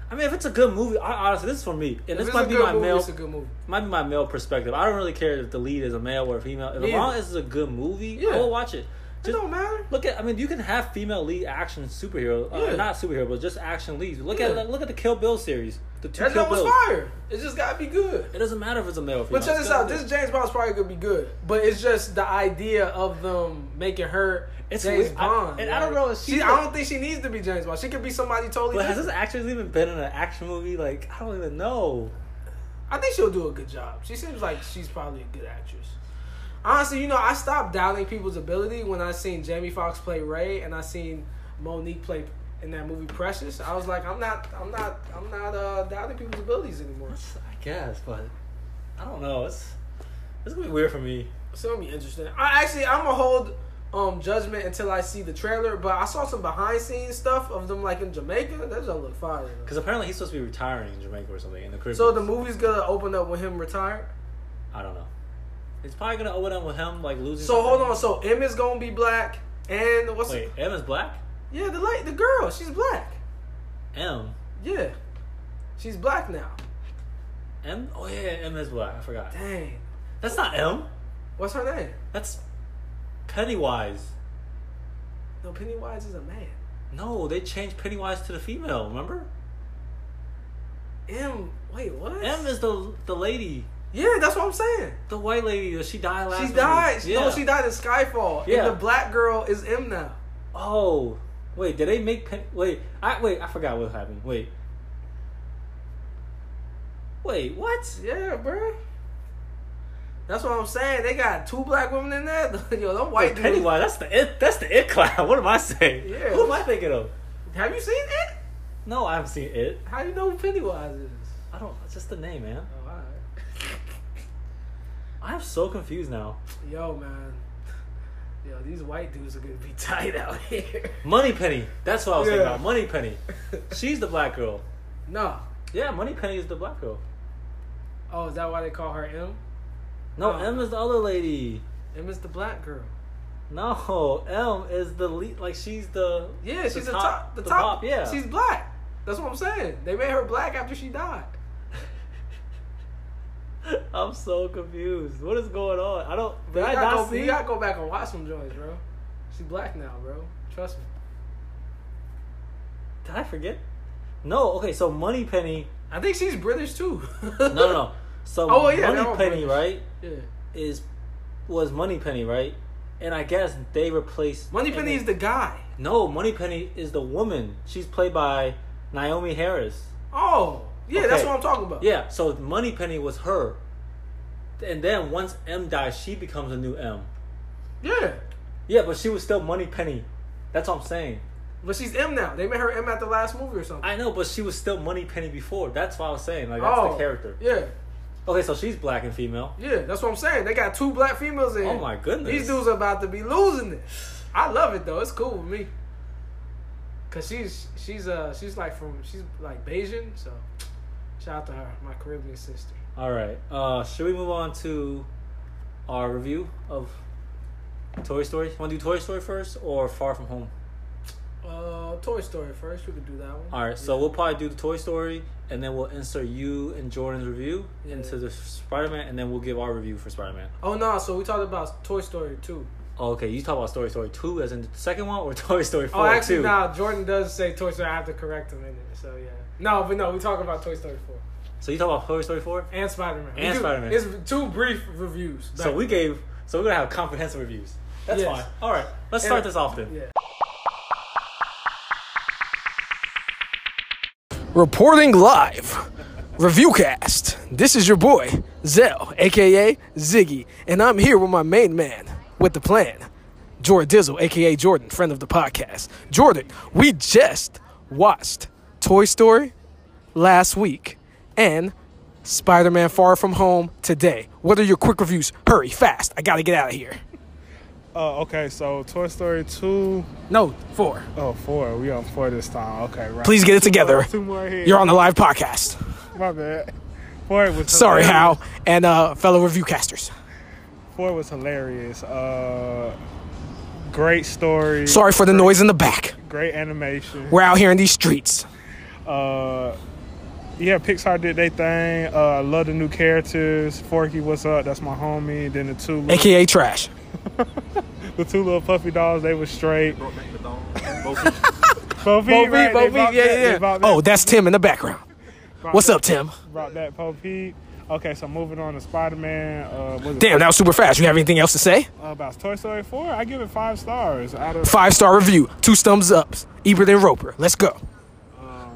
Speaker 2: I mean, if it's a good movie, I, honestly, this is for me, and
Speaker 1: If
Speaker 2: this
Speaker 1: it's
Speaker 2: might
Speaker 1: a
Speaker 2: be
Speaker 1: good
Speaker 2: my
Speaker 1: movie,
Speaker 2: male,
Speaker 1: It's a good movie.
Speaker 2: might be my male perspective. I don't really care if the lead is a male or a female. If
Speaker 1: Me
Speaker 2: as long
Speaker 1: either.
Speaker 2: as it's a good movie,
Speaker 1: Yeah.
Speaker 2: I will watch it.
Speaker 1: It
Speaker 2: Just
Speaker 1: don't matter.
Speaker 2: look at. I mean, you can have female lead action superhero,
Speaker 1: Yeah.
Speaker 2: uh, not superhero, but just action leads. Look
Speaker 1: Yeah.
Speaker 2: at look at the Kill Bill series. The two
Speaker 1: That
Speaker 2: Kill
Speaker 1: joint was
Speaker 2: Bills.
Speaker 1: fire. It just gotta be good.
Speaker 2: It doesn't matter if it's a male or female.
Speaker 1: But check
Speaker 2: It's
Speaker 1: this
Speaker 2: gotta
Speaker 1: out.
Speaker 2: be-
Speaker 1: This James Bond's probably gonna be good, but it's just the idea of them making her
Speaker 2: It's
Speaker 1: James
Speaker 2: weird. I-
Speaker 1: Bond.
Speaker 2: and I don't know if
Speaker 1: She,
Speaker 2: she's
Speaker 1: I
Speaker 2: like-
Speaker 1: don't think she needs to be James Bond. She could be somebody totally. [laughs]
Speaker 2: But has
Speaker 1: different.
Speaker 2: this actress even been in an action movie? Like, I don't even know.
Speaker 1: I think she'll do a good job. She seems like she's probably a good actress. Honestly, you know, I stopped doubting people's ability when I seen Jamie Foxx play Ray and I seen Monique play in that movie Precious. I was like, I'm not, I'm not, I'm not uh, doubting people's abilities anymore.
Speaker 2: It's- I guess, but I don't know. It's it's gonna be weird for me.
Speaker 1: It's gonna be interesting. I actually I'm gonna hold um judgment until I see the trailer, but I saw some behind scenes stuff of them like in Jamaica. That doesn't look fire. though.
Speaker 2: Because apparently he's supposed to be retiring in Jamaica or something in the Caribbean.
Speaker 1: So the movie's gonna open up with him retired.
Speaker 2: I don't know. It's probably gonna open up with him like losing.
Speaker 1: So hold on.
Speaker 2: something.
Speaker 1: So M is gonna be black, and what's
Speaker 2: Wait, M is black.
Speaker 1: yeah the light the girl she's black.
Speaker 2: M.
Speaker 1: Yeah, she's black now.
Speaker 2: M. Oh yeah, yeah, M is black. I forgot.
Speaker 1: Dang,
Speaker 2: That's not M.
Speaker 1: what's her name?
Speaker 2: That's Pennywise.
Speaker 1: No, Pennywise is a man.
Speaker 2: No, they changed Pennywise to the female. Remember?
Speaker 1: M. Wait, what?
Speaker 2: M is the the lady,
Speaker 1: yeah, that's what I'm saying.
Speaker 2: the white lady. that She died last.
Speaker 1: She
Speaker 2: movie.
Speaker 1: died.
Speaker 2: Yeah.
Speaker 1: No, she died in Skyfall.
Speaker 2: Yeah.
Speaker 1: And the black girl is M now.
Speaker 2: Oh, wait, did they make Pen- wait? I wait, I forgot what happened. Wait, wait, what?
Speaker 1: Yeah, bruh. That's what I'm saying. They got two black women in there. [laughs] Yo, them white
Speaker 2: Wait,
Speaker 1: dudes.
Speaker 2: Pennywise, that's the it. That's the it clown. [laughs] What am I saying?
Speaker 1: Yeah.
Speaker 2: Who am I thinking of?
Speaker 1: Have you seen it?
Speaker 2: No, I haven't seen it.
Speaker 1: How you know who Pennywise is?
Speaker 2: I don't. It's just the name, man.
Speaker 1: Oh, all right.
Speaker 2: I'm so confused now.
Speaker 1: Yo, man. Yo, these white dudes are gonna be [laughs] tight out here. [laughs]
Speaker 2: Money Penny. That's what I was thinking
Speaker 1: Yeah.
Speaker 2: about. Money Penny. She's the black girl.
Speaker 1: no.
Speaker 2: Yeah, Money Penny is the black girl.
Speaker 1: Oh, is that why they call her M?
Speaker 2: No,
Speaker 1: Oh.
Speaker 2: M is the other lady.
Speaker 1: M is the black girl.
Speaker 2: No, [laughs] M is the lead. Like she's the
Speaker 1: Yeah,
Speaker 2: the
Speaker 1: she's the top. The top.
Speaker 2: Yeah,
Speaker 1: She's black. That's what I'm saying. They made her black after she died.
Speaker 2: [laughs] I'm so confused. What is going on? I don't. Did
Speaker 1: You
Speaker 2: I
Speaker 1: gotta
Speaker 2: not
Speaker 1: go, you
Speaker 2: see?
Speaker 1: gotta go back and watch some joints, bro. She's black now, bro. Trust me.
Speaker 2: Did I forget? No. Okay. So Money Penny.
Speaker 1: I think she's British too.
Speaker 2: No,
Speaker 1: [laughs]
Speaker 2: no, no. So
Speaker 1: Oh, yeah, they're all
Speaker 2: Money Penny,
Speaker 1: British.
Speaker 2: right?
Speaker 1: Yeah.
Speaker 2: Is was Money Penny, right? And I guess they replaced
Speaker 1: Money Penny is the guy.
Speaker 2: no Money Penny is the woman. She's played by Naomi Harris.
Speaker 1: Oh, yeah, that's
Speaker 2: Okay.
Speaker 1: what I'm talking about.
Speaker 2: Yeah. So Money Penny was her. And then once M dies, she becomes a new M.
Speaker 1: yeah.
Speaker 2: Yeah, but she was still Money Penny. That's what I'm saying.
Speaker 1: But she's M now. They made her M at the last movie or something.
Speaker 2: I know, but she was still Money Penny before. That's what I was saying. Like that's
Speaker 1: oh,
Speaker 2: the character.
Speaker 1: Yeah,
Speaker 2: Okay, so she's black and female.
Speaker 1: yeah, that's what I'm saying. They got two black females in.
Speaker 2: Oh my goodness.
Speaker 1: These dudes are about to be losing it. I love it though. It's cool with me. Cause she's she's uh she's like from she's like Bayesian, so shout out to her, my Caribbean sister.
Speaker 2: All right. Uh, should we move on to our review of Toy Story? Want to do Toy Story first or Far From Home?
Speaker 1: Uh, Toy Story first. We could do that one.
Speaker 2: All right. So
Speaker 1: Yeah.
Speaker 2: we'll probably do the Toy Story, and then we'll insert you and Jordan's review
Speaker 1: Yeah.
Speaker 2: into the Spider Man, and then we'll give our review for Spider Man.
Speaker 1: Oh no! So we talked about Toy Story two.
Speaker 2: Oh, okay. You talk about Story Story two as in the second one, or [laughs] Toy Story
Speaker 1: Oh,
Speaker 2: four
Speaker 1: actually,
Speaker 2: too?
Speaker 1: no. Jordan does say Toy Story. I have to correct him in it. So yeah. No, but no, we talk about Toy Story four
Speaker 2: So you talk about Toy Story four.
Speaker 1: and Spider Man.
Speaker 2: And Spider-Man.
Speaker 1: It's two brief reviews.
Speaker 2: So we gave. So we're gonna have comprehensive reviews. That's
Speaker 1: Yes.
Speaker 2: fine. All right. Let's start
Speaker 1: And-
Speaker 2: this off then.
Speaker 1: Yeah.
Speaker 3: Reporting live, Reviewcast. This is your boy, Zell, aka Ziggy, and I'm here with my main man with the plan, Jordan Dizzle, aka Jordan, friend of the podcast. Jordan, we just watched Toy Story last week and Spider Man Far From Home today. What are your quick reviews? Hurry, fast. I gotta get out of here.
Speaker 4: Uh, okay, so Toy Story 2.
Speaker 3: No, four.
Speaker 4: Oh, 4. We on 4 this time. Okay, right.
Speaker 3: Please get it together.
Speaker 4: Two more here.
Speaker 3: You're on the live podcast.
Speaker 4: My bad. Ford was
Speaker 3: Sorry,
Speaker 4: hilarious.
Speaker 3: Hal, and uh, fellow review casters.
Speaker 4: Ford was hilarious. Uh, great story.
Speaker 3: Sorry for the noise in the back.
Speaker 4: Great animation.
Speaker 3: We're out here in these streets.
Speaker 4: Uh, yeah, Pixar did their thing. Uh, love the new characters. Forky, what's up? That's my homie. Then the two, little,
Speaker 3: AKA trash.
Speaker 4: the two little puffy dogs, they were straight.
Speaker 5: Brought back the dog. Both-
Speaker 4: Bo Peep,
Speaker 3: Bo Peep,
Speaker 4: right?
Speaker 3: Bo
Speaker 4: They
Speaker 3: Peep,
Speaker 4: brought
Speaker 3: yeah,
Speaker 4: that-
Speaker 3: yeah.
Speaker 4: they brought
Speaker 3: Oh,
Speaker 4: that-
Speaker 3: that's Tim in the background.
Speaker 4: brought
Speaker 3: What's
Speaker 4: that-
Speaker 3: up, Tim?
Speaker 4: Brought that Bo Peep. Okay, so moving on to Spider Man. Uh, was it-
Speaker 3: Damn, that was super fast. You have anything else to say?
Speaker 4: Uh, about Toy Story 4, I give it five stars out of
Speaker 3: Five star review, two thumbs ups. Ebert and Roper. Let's go.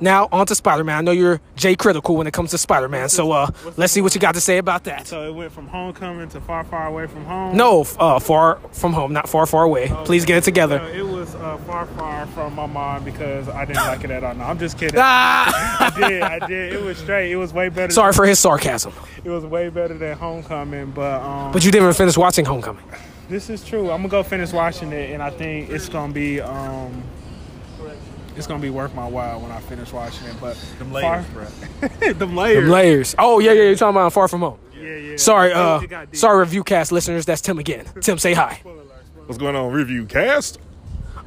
Speaker 3: Now on to Spider Man. I know you're J critical when it comes to Spider Man, so uh, let's see what you got to say about that.
Speaker 4: So it went from homecoming to far, far away from home.
Speaker 3: No, f- uh, far from home, not far, far away. Please get it
Speaker 4: So
Speaker 3: together.
Speaker 4: it was uh, far, far from my mind because I didn't like it at all. No, I'm just kidding.
Speaker 3: Ah!
Speaker 4: I did, I did. It was straight. It was way better.
Speaker 3: Sorry for his sarcasm,
Speaker 4: It was way better than homecoming, but um,
Speaker 3: but you didn't even finish watching Homecoming.
Speaker 4: this is true. I'm gonna go finish watching it, and I think it's gonna be um, it's gonna be worth my while when I finish watching it. But
Speaker 5: Them layers, bro.
Speaker 4: far, [laughs] them layers,
Speaker 3: Layers. Oh yeah, yeah. You're talking about Far From Home.
Speaker 4: yeah, yeah.
Speaker 3: Sorry,
Speaker 4: They
Speaker 3: uh,
Speaker 4: just got deep.
Speaker 3: sorry, review cast listeners. That's Tim again. Tim, say hi.
Speaker 5: What's going on, review cast?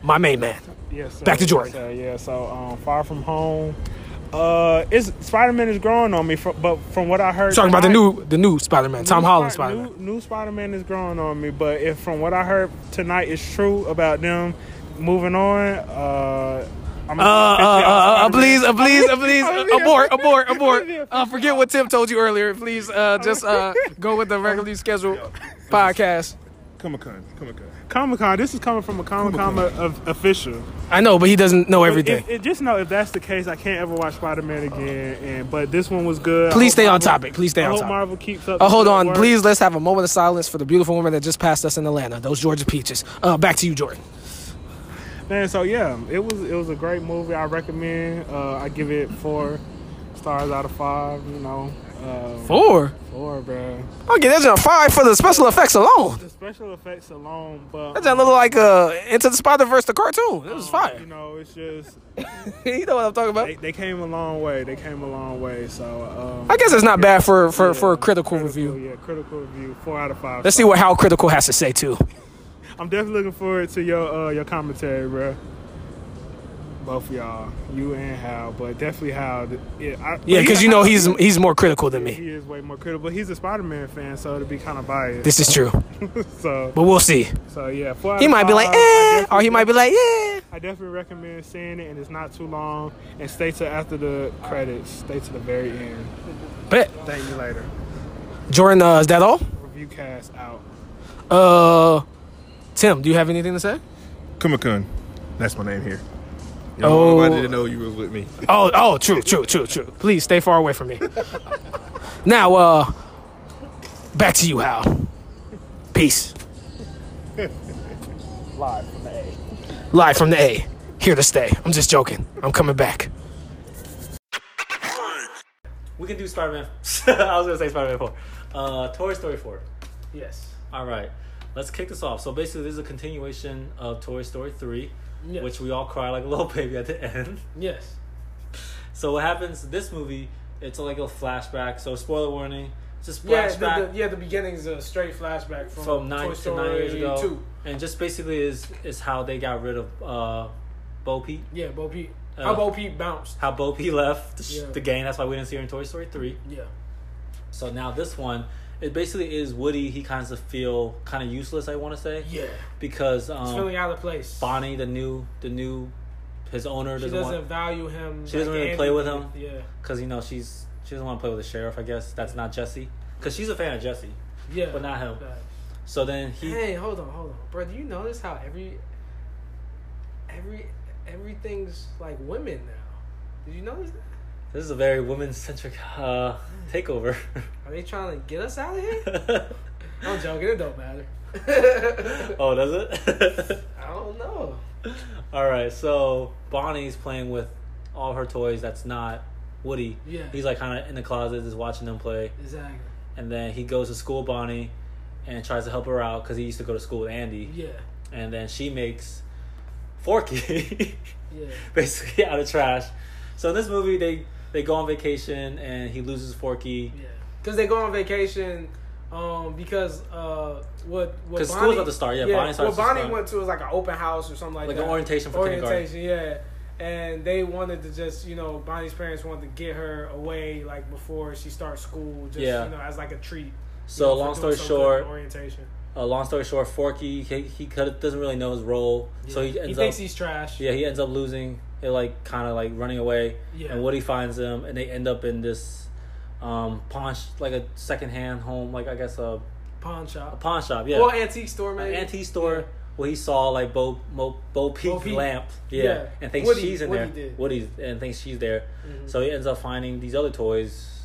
Speaker 3: My main man.
Speaker 4: Yes, sir.
Speaker 3: Back to Jordan.
Speaker 4: Yes, sir. yeah, so um, Far From Home. Uh, it's Spider Man is growing on me, fro- but from what I heard,
Speaker 3: Talking about the
Speaker 4: tonight-
Speaker 3: new, the new Spider Man, Tom
Speaker 4: new
Speaker 3: Holland
Speaker 4: Spy-
Speaker 3: Spider Man.
Speaker 4: New, new Spider Man is growing on me, but if from what I heard tonight is true about them moving on, uh, I'm
Speaker 3: Uh,
Speaker 4: [laughs]
Speaker 3: uh, uh, uh,
Speaker 4: Spider-Man.
Speaker 3: please, uh, please, uh, please,
Speaker 4: I'm
Speaker 3: uh,
Speaker 4: here.
Speaker 3: abort, abort, abort.
Speaker 4: here.
Speaker 3: Uh, forget what Tim told you earlier. Please, uh, just uh, go with the regularly scheduled podcast.
Speaker 5: Come on, come on.
Speaker 4: Comic Con. This is coming from a Comic Con of- official.
Speaker 3: I know, but he doesn't know
Speaker 4: If,
Speaker 3: everything.
Speaker 4: if- just know if that's the case, I can't ever watch Spider Man again. And but this one was good. I hope
Speaker 3: Please stay on
Speaker 4: Marvel-
Speaker 3: topic. Please stay
Speaker 4: I
Speaker 3: on
Speaker 4: hope
Speaker 3: topic.
Speaker 4: Marvel keeps up.
Speaker 3: Uh, hold
Speaker 4: the
Speaker 3: on,
Speaker 4: work.
Speaker 3: please. Let's have a moment of silence for the beautiful woman that just passed us in Atlanta. Those Georgia peaches. Uh, back to you, Jordan.
Speaker 4: Man, so yeah, it was it was a great movie. I recommend. Uh, I give it four stars out of five. You know, uh,
Speaker 3: Four.
Speaker 4: four, bro.
Speaker 3: Okay, that's a five for the special effects alone.
Speaker 4: The special effects alone, but
Speaker 3: That looked like uh, Into the Spider Verse, the cartoon. It was
Speaker 4: um,
Speaker 3: fire. [laughs]
Speaker 4: You know, it's just
Speaker 3: you know what I'm talking about.
Speaker 4: they, they came a long way. They came a long way. So um,
Speaker 3: I guess it's not bad for for,
Speaker 4: yeah,
Speaker 3: for a critical review.
Speaker 4: Yeah, critical review. Four out of five.
Speaker 3: Let's see what how critical has to say too.
Speaker 4: I'm definitely looking forward to your uh, your commentary, bro. Both of y'all, you and Hal, but definitely Hal. Yeah, I,
Speaker 3: Yeah, because you know he's he's more critical than me.
Speaker 4: He is way more critical, but he's a Spider-Man fan, so it'll be kind of biased.
Speaker 3: This is true,
Speaker 4: so,
Speaker 3: but we'll see.
Speaker 4: so yeah, four out
Speaker 3: He
Speaker 4: of
Speaker 3: might be like,
Speaker 4: five. I
Speaker 3: eh, or
Speaker 4: definitely-
Speaker 3: he might be like, yeah.
Speaker 4: I definitely recommend seeing it, and it's not too long. And stay till after the credits. Stay to the very end.
Speaker 3: But
Speaker 4: Thank you later.
Speaker 3: Jordan, uh, is that all?
Speaker 4: Review cast out.
Speaker 3: Uh, Tim, do you have anything to say?
Speaker 5: Kumakun. That's my name here.
Speaker 3: Oh.
Speaker 5: I didn't know you was with me.
Speaker 3: Oh, oh, true, true, true, true. Please stay far away from me. now, uh, back to you, Hal. Peace. Live from the A. Live from the A. Here to stay. I'm just joking. I'm coming back.
Speaker 2: We can do Spider Man. [laughs] I was gonna say Spider Man Four. Uh, Toy Story Four.
Speaker 1: Yes.
Speaker 2: All right, let's kick this off. So basically, this is a continuation of Toy Story Three,
Speaker 1: Yes.
Speaker 2: which we all cry like a little [laughs] baby at the end.
Speaker 1: Yes.
Speaker 2: So what happens? This movie, it's like a flashback. So spoiler warning. It's a
Speaker 1: Yeah,
Speaker 2: flashback
Speaker 1: the, the, yeah, the beginning's a straight flashback from,
Speaker 2: from nine
Speaker 1: Toy
Speaker 2: to nine
Speaker 1: Story
Speaker 2: years ago,
Speaker 1: 2.
Speaker 2: and just basically is is how they got rid of uh, Bo Peep.
Speaker 1: Yeah, Bo Peep.
Speaker 2: Uh,
Speaker 1: How Bo Peep bounced.
Speaker 2: How Bo Peep left the, sh
Speaker 1: Yeah.
Speaker 2: the gang. That's why we didn't see her in Toy Story Three.
Speaker 1: Yeah.
Speaker 2: So now this one, it basically is Woody. He kind of feel kind of useless. I want to say
Speaker 1: Yeah.
Speaker 2: because um,
Speaker 1: He's feeling out of place.
Speaker 2: Bonnie, the new, the new, his owner
Speaker 1: She
Speaker 2: doesn't,
Speaker 1: doesn't
Speaker 2: want
Speaker 1: value him.
Speaker 2: She doesn't
Speaker 1: like
Speaker 2: really play with
Speaker 1: Andy
Speaker 2: him?
Speaker 1: did. Yeah.
Speaker 2: because you know she's she doesn't want to play with the sheriff. I guess that's not Jesse because she's a fan of Jesse,
Speaker 1: Yeah.
Speaker 2: but not him.
Speaker 1: Right.
Speaker 2: So then he
Speaker 1: Hey, hold on, hold on, bro. Do you notice how every, every, everything's like women now? Did you notice that?
Speaker 2: this is a very women centric uh, takeover.
Speaker 1: [laughs] Are they trying to get us out of here?
Speaker 2: [laughs] oh,
Speaker 1: I'm joking. It don't
Speaker 2: [laughs]
Speaker 1: matter.
Speaker 2: does it? [laughs]
Speaker 1: I don't know.
Speaker 2: all right. So Bonnie's playing with all her toys. That's not Woody.
Speaker 1: Yeah.
Speaker 2: He's like kind of in the closet, just watching them play.
Speaker 1: Exactly.
Speaker 2: And then he goes to school, Bonnie, and tries to help her out because he used to go to school with Andy.
Speaker 1: Yeah.
Speaker 2: and then she makes Forky
Speaker 1: Yeah.
Speaker 2: [laughs] basically out of trash. So in this movie, they they go on vacation and he loses Forky
Speaker 1: Because they go on vacation. Um, because uh, what what
Speaker 2: 'Cause school's
Speaker 1: Bonnie,
Speaker 2: about to start, yeah, Bonnie starts
Speaker 1: what
Speaker 2: to
Speaker 1: Bonnie
Speaker 2: start.
Speaker 1: went to was like an open house or something like,
Speaker 2: like
Speaker 1: that.
Speaker 2: an orientation for kindergarten.
Speaker 1: orientation, yeah. And they wanted to just, you know, Bonnie's parents wanted to get her away, like before she starts school, just
Speaker 2: Yeah.
Speaker 1: you know, as like a treat.
Speaker 2: So
Speaker 1: you know, for
Speaker 2: long
Speaker 1: doing
Speaker 2: story
Speaker 1: so good in
Speaker 2: short,
Speaker 1: orientation.
Speaker 2: uh, long story short, Forky he he cut, doesn't really know his role, so he
Speaker 1: he
Speaker 2: ends up
Speaker 1: thinks he's trash.
Speaker 2: yeah he ends up losing. It like kind of like running away,
Speaker 1: Yeah.
Speaker 2: and Woody finds him, and they end up in this um pawn sh- like a secondhand home, like I guess a,
Speaker 1: pawn
Speaker 2: a
Speaker 1: shop.
Speaker 2: pawn shop, yeah,
Speaker 1: Or antique store,
Speaker 2: An
Speaker 1: maybe.
Speaker 2: antique store. Where he saw like Bo Mo, Bo Peep
Speaker 1: Peep.
Speaker 2: lamp, yeah,
Speaker 1: Yeah.
Speaker 2: and thinks
Speaker 1: Woody-
Speaker 2: she's in
Speaker 1: Woody
Speaker 2: there.
Speaker 1: did. Mm-hmm.
Speaker 2: Woody's and thinks she's there, so he ends up finding these other toys.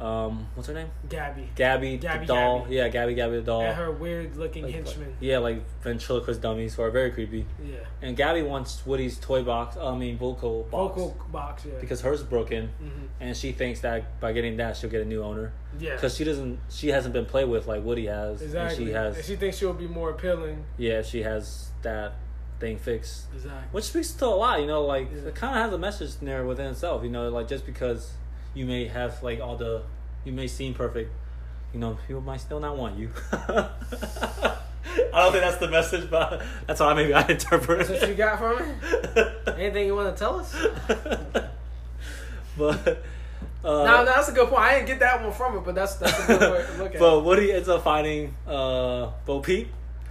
Speaker 2: Um, what's her name?
Speaker 1: Gabby.
Speaker 2: Gabby,
Speaker 1: Gabby,
Speaker 2: the doll.
Speaker 1: Gabby.
Speaker 2: Yeah, Gabby, Gabby the doll.
Speaker 1: And her weird looking
Speaker 2: Like-
Speaker 1: henchman.
Speaker 2: yeah, like ventriloquist dummies who are very creepy.
Speaker 1: Yeah.
Speaker 2: And Gabby wants Woody's toy box. I mean, vocal box
Speaker 1: Vocal box, yeah.
Speaker 2: because hers is broken,
Speaker 1: Mhm.
Speaker 2: and she thinks that by getting that she'll get a new owner
Speaker 1: yeah.
Speaker 2: because she doesn't. She hasn't been played with like Woody has,
Speaker 1: Exactly.
Speaker 2: and she has.
Speaker 1: thinks she'll be more appealing.
Speaker 2: yeah, she has that thing fixed,
Speaker 1: Exactly.
Speaker 2: which speaks to a lot. You know, like
Speaker 1: Yeah.
Speaker 2: it kind of has a message in there within itself. You know, like just because you may have like all the, you may seem perfect, you know, people might still not want you. [laughs] I don't think that's the message, but that's how maybe I interpret
Speaker 1: That's what you
Speaker 2: it.
Speaker 1: got from it?
Speaker 2: [laughs]
Speaker 1: Anything you want to tell us?
Speaker 2: Uh, but uh,
Speaker 1: no, no, that's a good point. I didn't get that one from it, but that's that's a good
Speaker 2: [laughs]
Speaker 1: way to look at
Speaker 2: but
Speaker 1: it.
Speaker 2: Woody ends up finding uh, Bo Peep,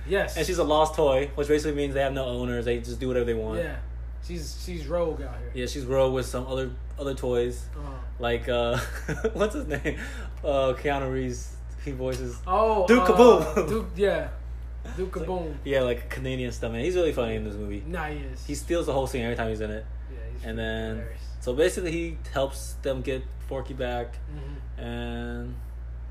Speaker 1: Yes.
Speaker 2: and she's a lost toy, which basically means they have no owners. They just do whatever they want.
Speaker 1: yeah. She's she's rogue out here.
Speaker 2: Yeah, she's rolled with some other other toys,
Speaker 1: Uh-huh.
Speaker 2: like uh, [laughs] what's his name? Uh, Keanu Reeves. He voices.
Speaker 1: Oh,
Speaker 2: Duke
Speaker 1: uh,
Speaker 2: Kaboom.
Speaker 1: Duke, yeah, Duke Kaboom.
Speaker 2: Yeah, like a Canadian stuntman. He's really funny in this movie.
Speaker 1: Nah, he is.
Speaker 2: He steals the whole scene every time he's in it.
Speaker 1: yeah, he's
Speaker 2: And then,
Speaker 1: hilarious.
Speaker 2: so basically, he helps them get Forky back
Speaker 1: Mhm.
Speaker 2: and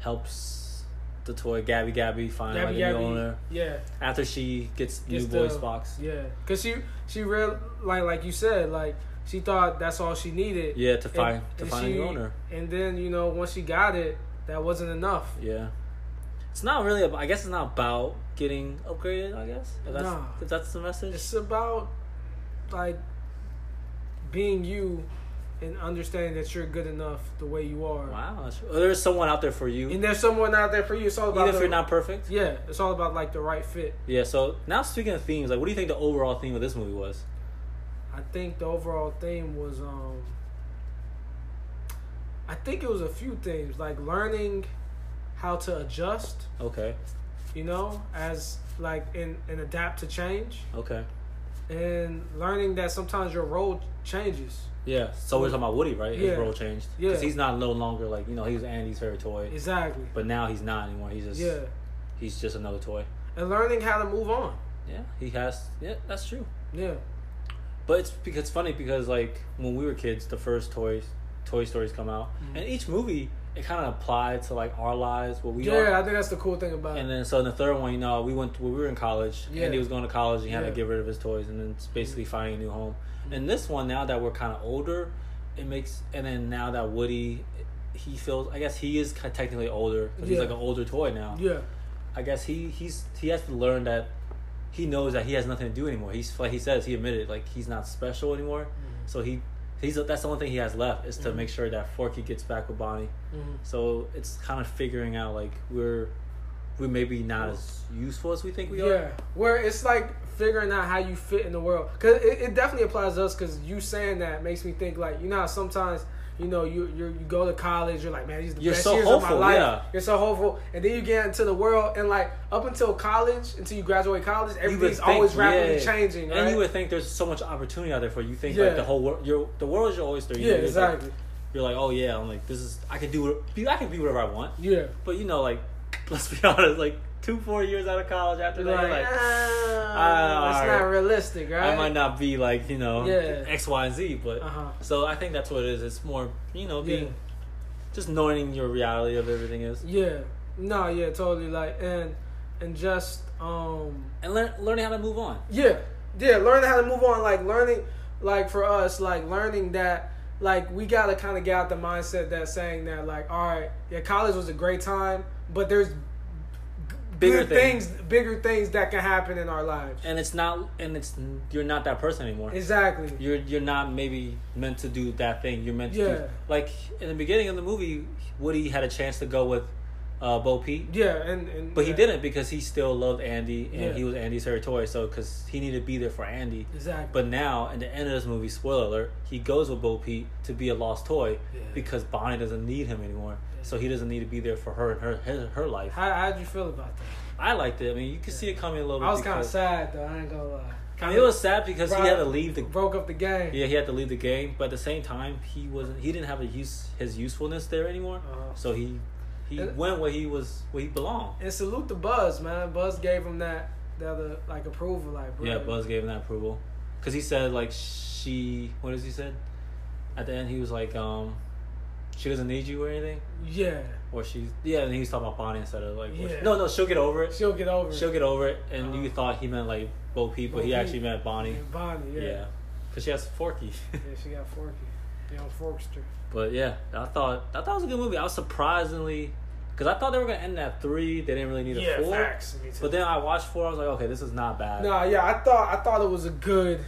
Speaker 2: helps the toy Gabby Gabby find
Speaker 1: Gabby
Speaker 2: like a
Speaker 1: Gabby,
Speaker 2: new owner
Speaker 1: yeah,
Speaker 2: after she gets,
Speaker 1: Gets
Speaker 2: new
Speaker 1: the-
Speaker 2: voice box.
Speaker 1: yeah, cause she she real like like you said like she thought that's all she needed.
Speaker 2: Yeah, to find to
Speaker 1: and
Speaker 2: find a
Speaker 1: she-
Speaker 2: new owner.
Speaker 1: And then you know once she got it, that wasn't enough.
Speaker 2: Yeah. It's not really. About, I guess it's not about getting upgraded. I guess if that's
Speaker 1: Nah.
Speaker 2: if that's the message.
Speaker 1: It's about like being you and understanding that you're good enough the way you are.
Speaker 2: wow, that's- or there's someone out there for you.
Speaker 1: And there's someone out there for you. It's all about
Speaker 2: Even if
Speaker 1: the-
Speaker 2: you're not perfect.
Speaker 1: Yeah, it's all about like the right fit.
Speaker 2: Yeah. So now speaking of themes, like, what do you think the overall theme of this movie was?
Speaker 1: I think the overall theme was um I think it was a few things like learning how to adjust,
Speaker 2: Okay.
Speaker 1: you know, as like and, and adapt to change
Speaker 2: Okay.
Speaker 1: and learning that sometimes your role changes.
Speaker 2: Yeah. So we're talking about Woody, right? His
Speaker 1: Yeah.
Speaker 2: role changed.
Speaker 1: Yeah.
Speaker 2: Because he's not no longer like you know he was Andy's favorite toy,
Speaker 1: Exactly.
Speaker 2: but now he's not anymore. He's just
Speaker 1: Yeah.
Speaker 2: he's just another toy.
Speaker 1: And learning how to move on.
Speaker 2: Yeah. He has. Yeah. That's true.
Speaker 1: Yeah.
Speaker 2: But it's because it's funny because like when we were kids, the first toys, Toy Stories come out,
Speaker 1: Mm-hmm.
Speaker 2: and each movie it kind of applied to like our lives, what we
Speaker 1: yeah, I
Speaker 2: are.
Speaker 1: think that's the cool thing about
Speaker 2: And
Speaker 1: it.
Speaker 2: then so in the third one, you know, we went when we were in college,
Speaker 1: Yeah.
Speaker 2: and he was going to college, and he had
Speaker 1: Yeah. Mm-hmm.
Speaker 2: to get rid of his toys, and then it's basically finding a new home. And this one, now that we're kind of older, it makes and then now that Woody, he feels I guess he is ki- technically older 'cause he's
Speaker 1: Yeah.
Speaker 2: like an older toy now.
Speaker 1: Yeah.
Speaker 2: I guess he he's he has to learn that he knows that he has nothing to do anymore. He's like he says he admitted like he's not special anymore.
Speaker 1: Mm-hmm.
Speaker 2: So he he's that's the only thing he has left is to make sure that Forky gets back with Bonnie.
Speaker 1: Mhm.
Speaker 2: So it's kind of figuring out like we're we maybe not as useful as we think we
Speaker 1: Yeah,
Speaker 2: are.
Speaker 1: where it's like figuring out how you fit in the world. Cause it, it definitely applies to us. Cause you saying that makes me think like you know how sometimes you know you you you go to college. You're like man, these are the
Speaker 2: You're
Speaker 1: best
Speaker 2: so
Speaker 1: years
Speaker 2: hopeful,
Speaker 1: of my life.
Speaker 2: yeah.
Speaker 1: You're so hopeful, and then you get into the world and like up until college, until you graduate college,
Speaker 2: You would
Speaker 1: everything's
Speaker 2: think-
Speaker 1: always rapidly
Speaker 2: yeah.
Speaker 1: changing. Right?
Speaker 2: and you would think there's so much opportunity out there for you. You think
Speaker 1: Yeah.
Speaker 2: like the whole world, your the world is your oyster. You
Speaker 1: yeah,
Speaker 2: know, it's like-
Speaker 1: exactly.
Speaker 2: you're like, oh yeah, I'm like this is I can do what- I can be whatever I want.
Speaker 1: Yeah.
Speaker 2: But you know, like, [laughs] let's be honest, like two, four years out of college after
Speaker 1: You're
Speaker 2: that,
Speaker 1: like,
Speaker 2: you're like,
Speaker 1: ah,
Speaker 2: ah,
Speaker 1: that's not realistic, right?
Speaker 2: I might not be like you know
Speaker 1: Yeah.
Speaker 2: X, Y, and Z, but
Speaker 1: Uh-huh.
Speaker 2: so I think that's what it is. It's more you know being
Speaker 1: Yeah.
Speaker 2: just knowing your reality of everything is
Speaker 1: Yeah. No. Yeah. Totally. Like and and just um.
Speaker 2: and learn, learning how to move on.
Speaker 1: Yeah, yeah. Learning how to move on, like learning, like for us, like learning that, like we gotta kind of get out the mindset that saying that, like, all right, yeah, college was a great time, but there's g-
Speaker 2: bigger
Speaker 1: good
Speaker 2: things.
Speaker 1: things, bigger things that can happen in our lives.
Speaker 2: and it's not and it's you're not that person anymore
Speaker 1: Exactly.
Speaker 2: you're you're not maybe meant to do that thing you're meant to
Speaker 1: Yeah.
Speaker 2: do like in the beginning of the movie woody had a chance to go with uh bo peep
Speaker 1: Yeah, and, and
Speaker 2: but he
Speaker 1: yeah.
Speaker 2: didn't because he still loved andy and
Speaker 1: Yeah.
Speaker 2: he was andy's her toy so because he needed to be there for andy
Speaker 1: Exactly.
Speaker 2: but now in the end of this movie spoiler alert he goes with bo peep to be a lost toy
Speaker 1: Yeah.
Speaker 2: because bonnie doesn't need him anymore so he doesn't need to be there for her and her her, her life
Speaker 1: how how did you feel about that?
Speaker 2: i liked it i mean you can see it coming a little bit
Speaker 1: I was kind of
Speaker 2: because-
Speaker 1: sad though. I ain't gonna lie.
Speaker 2: I mean, it was sad because he had to
Speaker 1: Right.
Speaker 2: leave the
Speaker 1: broke up the game.
Speaker 2: Yeah, he had to leave the game, but at the same time, he wasn't. He didn't have a use his usefulness there anymore.
Speaker 1: Uh-huh.
Speaker 2: So he he
Speaker 1: And-
Speaker 2: went where he was where he belonged.
Speaker 1: And salute to Buzz, man. Buzz gave him that that uh, like approval, like bro.
Speaker 2: Yeah, Buzz gave him that approval because he said like she. What does he said? At the end, he was like, um, she doesn't need you or anything,
Speaker 1: Yeah,
Speaker 2: or she's yeah. And he was talking about Bonnie instead of like,
Speaker 1: Yeah.
Speaker 2: no, no, she'll get over it.
Speaker 1: she'll get over. it.
Speaker 2: She'll get over it. And you
Speaker 1: Uh-huh.
Speaker 2: thought he meant like both people.
Speaker 1: Bo
Speaker 2: He
Speaker 1: Peep.
Speaker 2: actually meant Bonnie.
Speaker 1: And Bonnie, yeah.
Speaker 2: Yeah,
Speaker 1: yeah,
Speaker 2: because she has Forky. [laughs]
Speaker 1: she got Forky, young Forkster.
Speaker 2: But yeah, I thought I thought it was a good movie. I was surprisingly because I thought they were gonna end at three. They didn't really need a four.
Speaker 1: me too.
Speaker 2: But then I watched four. I was like, okay, this is not bad.
Speaker 1: no, yeah, I thought I thought it was a good,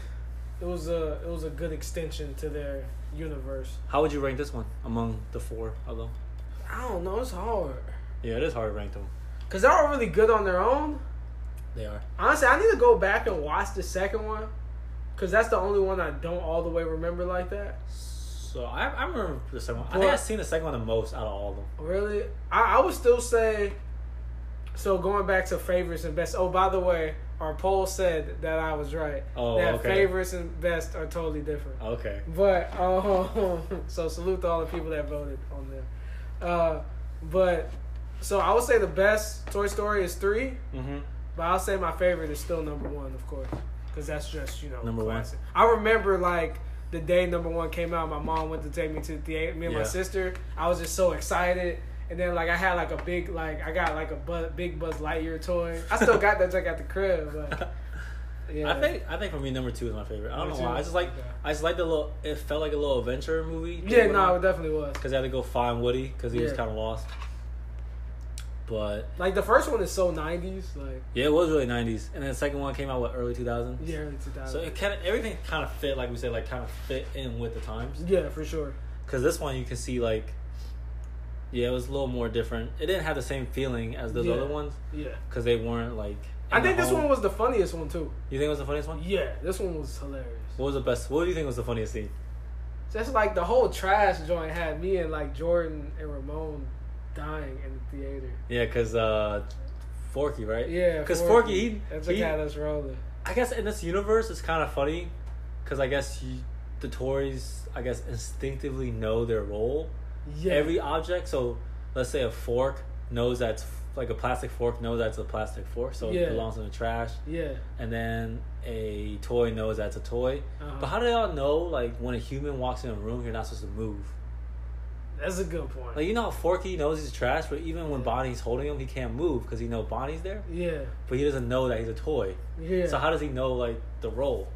Speaker 1: it was a it was a good extension to their universe.
Speaker 2: How would you rank this one among the four? Although,
Speaker 1: I don't know, it's hard
Speaker 2: yeah, it is hard to rank them.
Speaker 1: because they're all really good on their own.
Speaker 2: They are.
Speaker 1: Honestly, I need to go back and watch the second one, because that's the only one I don't all the way remember like that.
Speaker 2: So I, I remember the second one. I think I've seen the second one the most out of all of them.
Speaker 1: Really? I, I would still say so going back to favorites and best oh by the way, our poll said that I was right.
Speaker 2: Oh,
Speaker 1: that
Speaker 2: okay.
Speaker 1: favorites and best are totally different.
Speaker 2: Okay.
Speaker 1: But um, [laughs] so salute to all the people that voted on them. Uh, but so I would say the best Toy Story is three,
Speaker 2: hmm
Speaker 1: but I'll say my favorite is still number one, of course, because that's just you know
Speaker 2: Number one.
Speaker 1: classic. I remember like the day number one came out, my mom went to take me to the theater. Me and
Speaker 2: Yeah.
Speaker 1: my sister, I was just so excited. And then like I had like a big like I got like a bu- big Buzz Lightyear toy. I still got that joke at the crib,
Speaker 2: [laughs]
Speaker 1: but yeah,
Speaker 2: I think I think for me number two is my favorite. I don't
Speaker 1: Number
Speaker 2: know why.
Speaker 1: two?
Speaker 2: I just like
Speaker 1: Okay.
Speaker 2: I just like the little. It felt like a little adventure movie.
Speaker 1: yeah, no, it definitely was.
Speaker 2: Because they had to go find Woody because he was
Speaker 1: Yeah.
Speaker 2: kind of lost. But
Speaker 1: Like the first one is so '90s, like
Speaker 2: Yeah, it was really '90s, and then the second one came out what early 2000s.
Speaker 1: yeah, early 2000s.
Speaker 2: So it kind of everything kind of fit, like we said, like kind of fit in with the times.
Speaker 1: yeah, for sure.
Speaker 2: Because this one you can see like, yeah, it was a little more different. It didn't have the same feeling as those
Speaker 1: Yeah.
Speaker 2: other ones
Speaker 1: Yeah,
Speaker 2: because they weren't like.
Speaker 1: I
Speaker 2: in
Speaker 1: think
Speaker 2: the
Speaker 1: this
Speaker 2: home.
Speaker 1: one was the funniest one too.
Speaker 2: You think it was the funniest one?
Speaker 1: Yeah, this one was hilarious.
Speaker 2: What was the best? What do you think was the funniest scene?
Speaker 1: Just like the whole trash joint had me and like Jordan and Ramon dying in the theater.
Speaker 2: Yeah, because uh, Forky, right?
Speaker 1: Yeah,
Speaker 2: Because Forky, he,
Speaker 1: that's
Speaker 2: he-
Speaker 1: what had us rolling.
Speaker 2: I guess in this universe, it's kind of funny because I guess you, the Tories, I guess, instinctively know their role.
Speaker 1: Yeah,
Speaker 2: Every object, so let's say a fork knows that's like a plastic fork knows that's a plastic fork, so
Speaker 1: Yeah.
Speaker 2: it belongs in the trash.
Speaker 1: yeah,
Speaker 2: And then a toy knows that's a toy.
Speaker 1: Uh-huh.
Speaker 2: But how do y'all know, like, when a human walks in a room, you're not supposed to move?
Speaker 1: that's a good point.
Speaker 2: Like, you know how Forky knows he's trash, but even when Bonnie's holding him, he can't move because he know Bonnie's there,
Speaker 1: yeah,
Speaker 2: but he doesn't know that he's a toy.
Speaker 1: yeah.
Speaker 2: So how does he know, like, the role?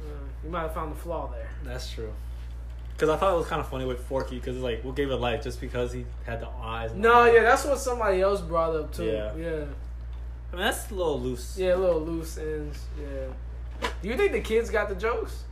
Speaker 1: Uh, you might have found the flaw there.
Speaker 2: That's true. Because I thought it was kind of funny with Forky, because like we gave it life just because he had the eyes. and
Speaker 1: No,
Speaker 2: all that.
Speaker 1: yeah, that's what somebody else brought up too.
Speaker 2: Yeah.
Speaker 1: yeah,
Speaker 2: I mean that's a little loose.
Speaker 1: yeah a little loose ends. Yeah. Do you think the kids got the jokes?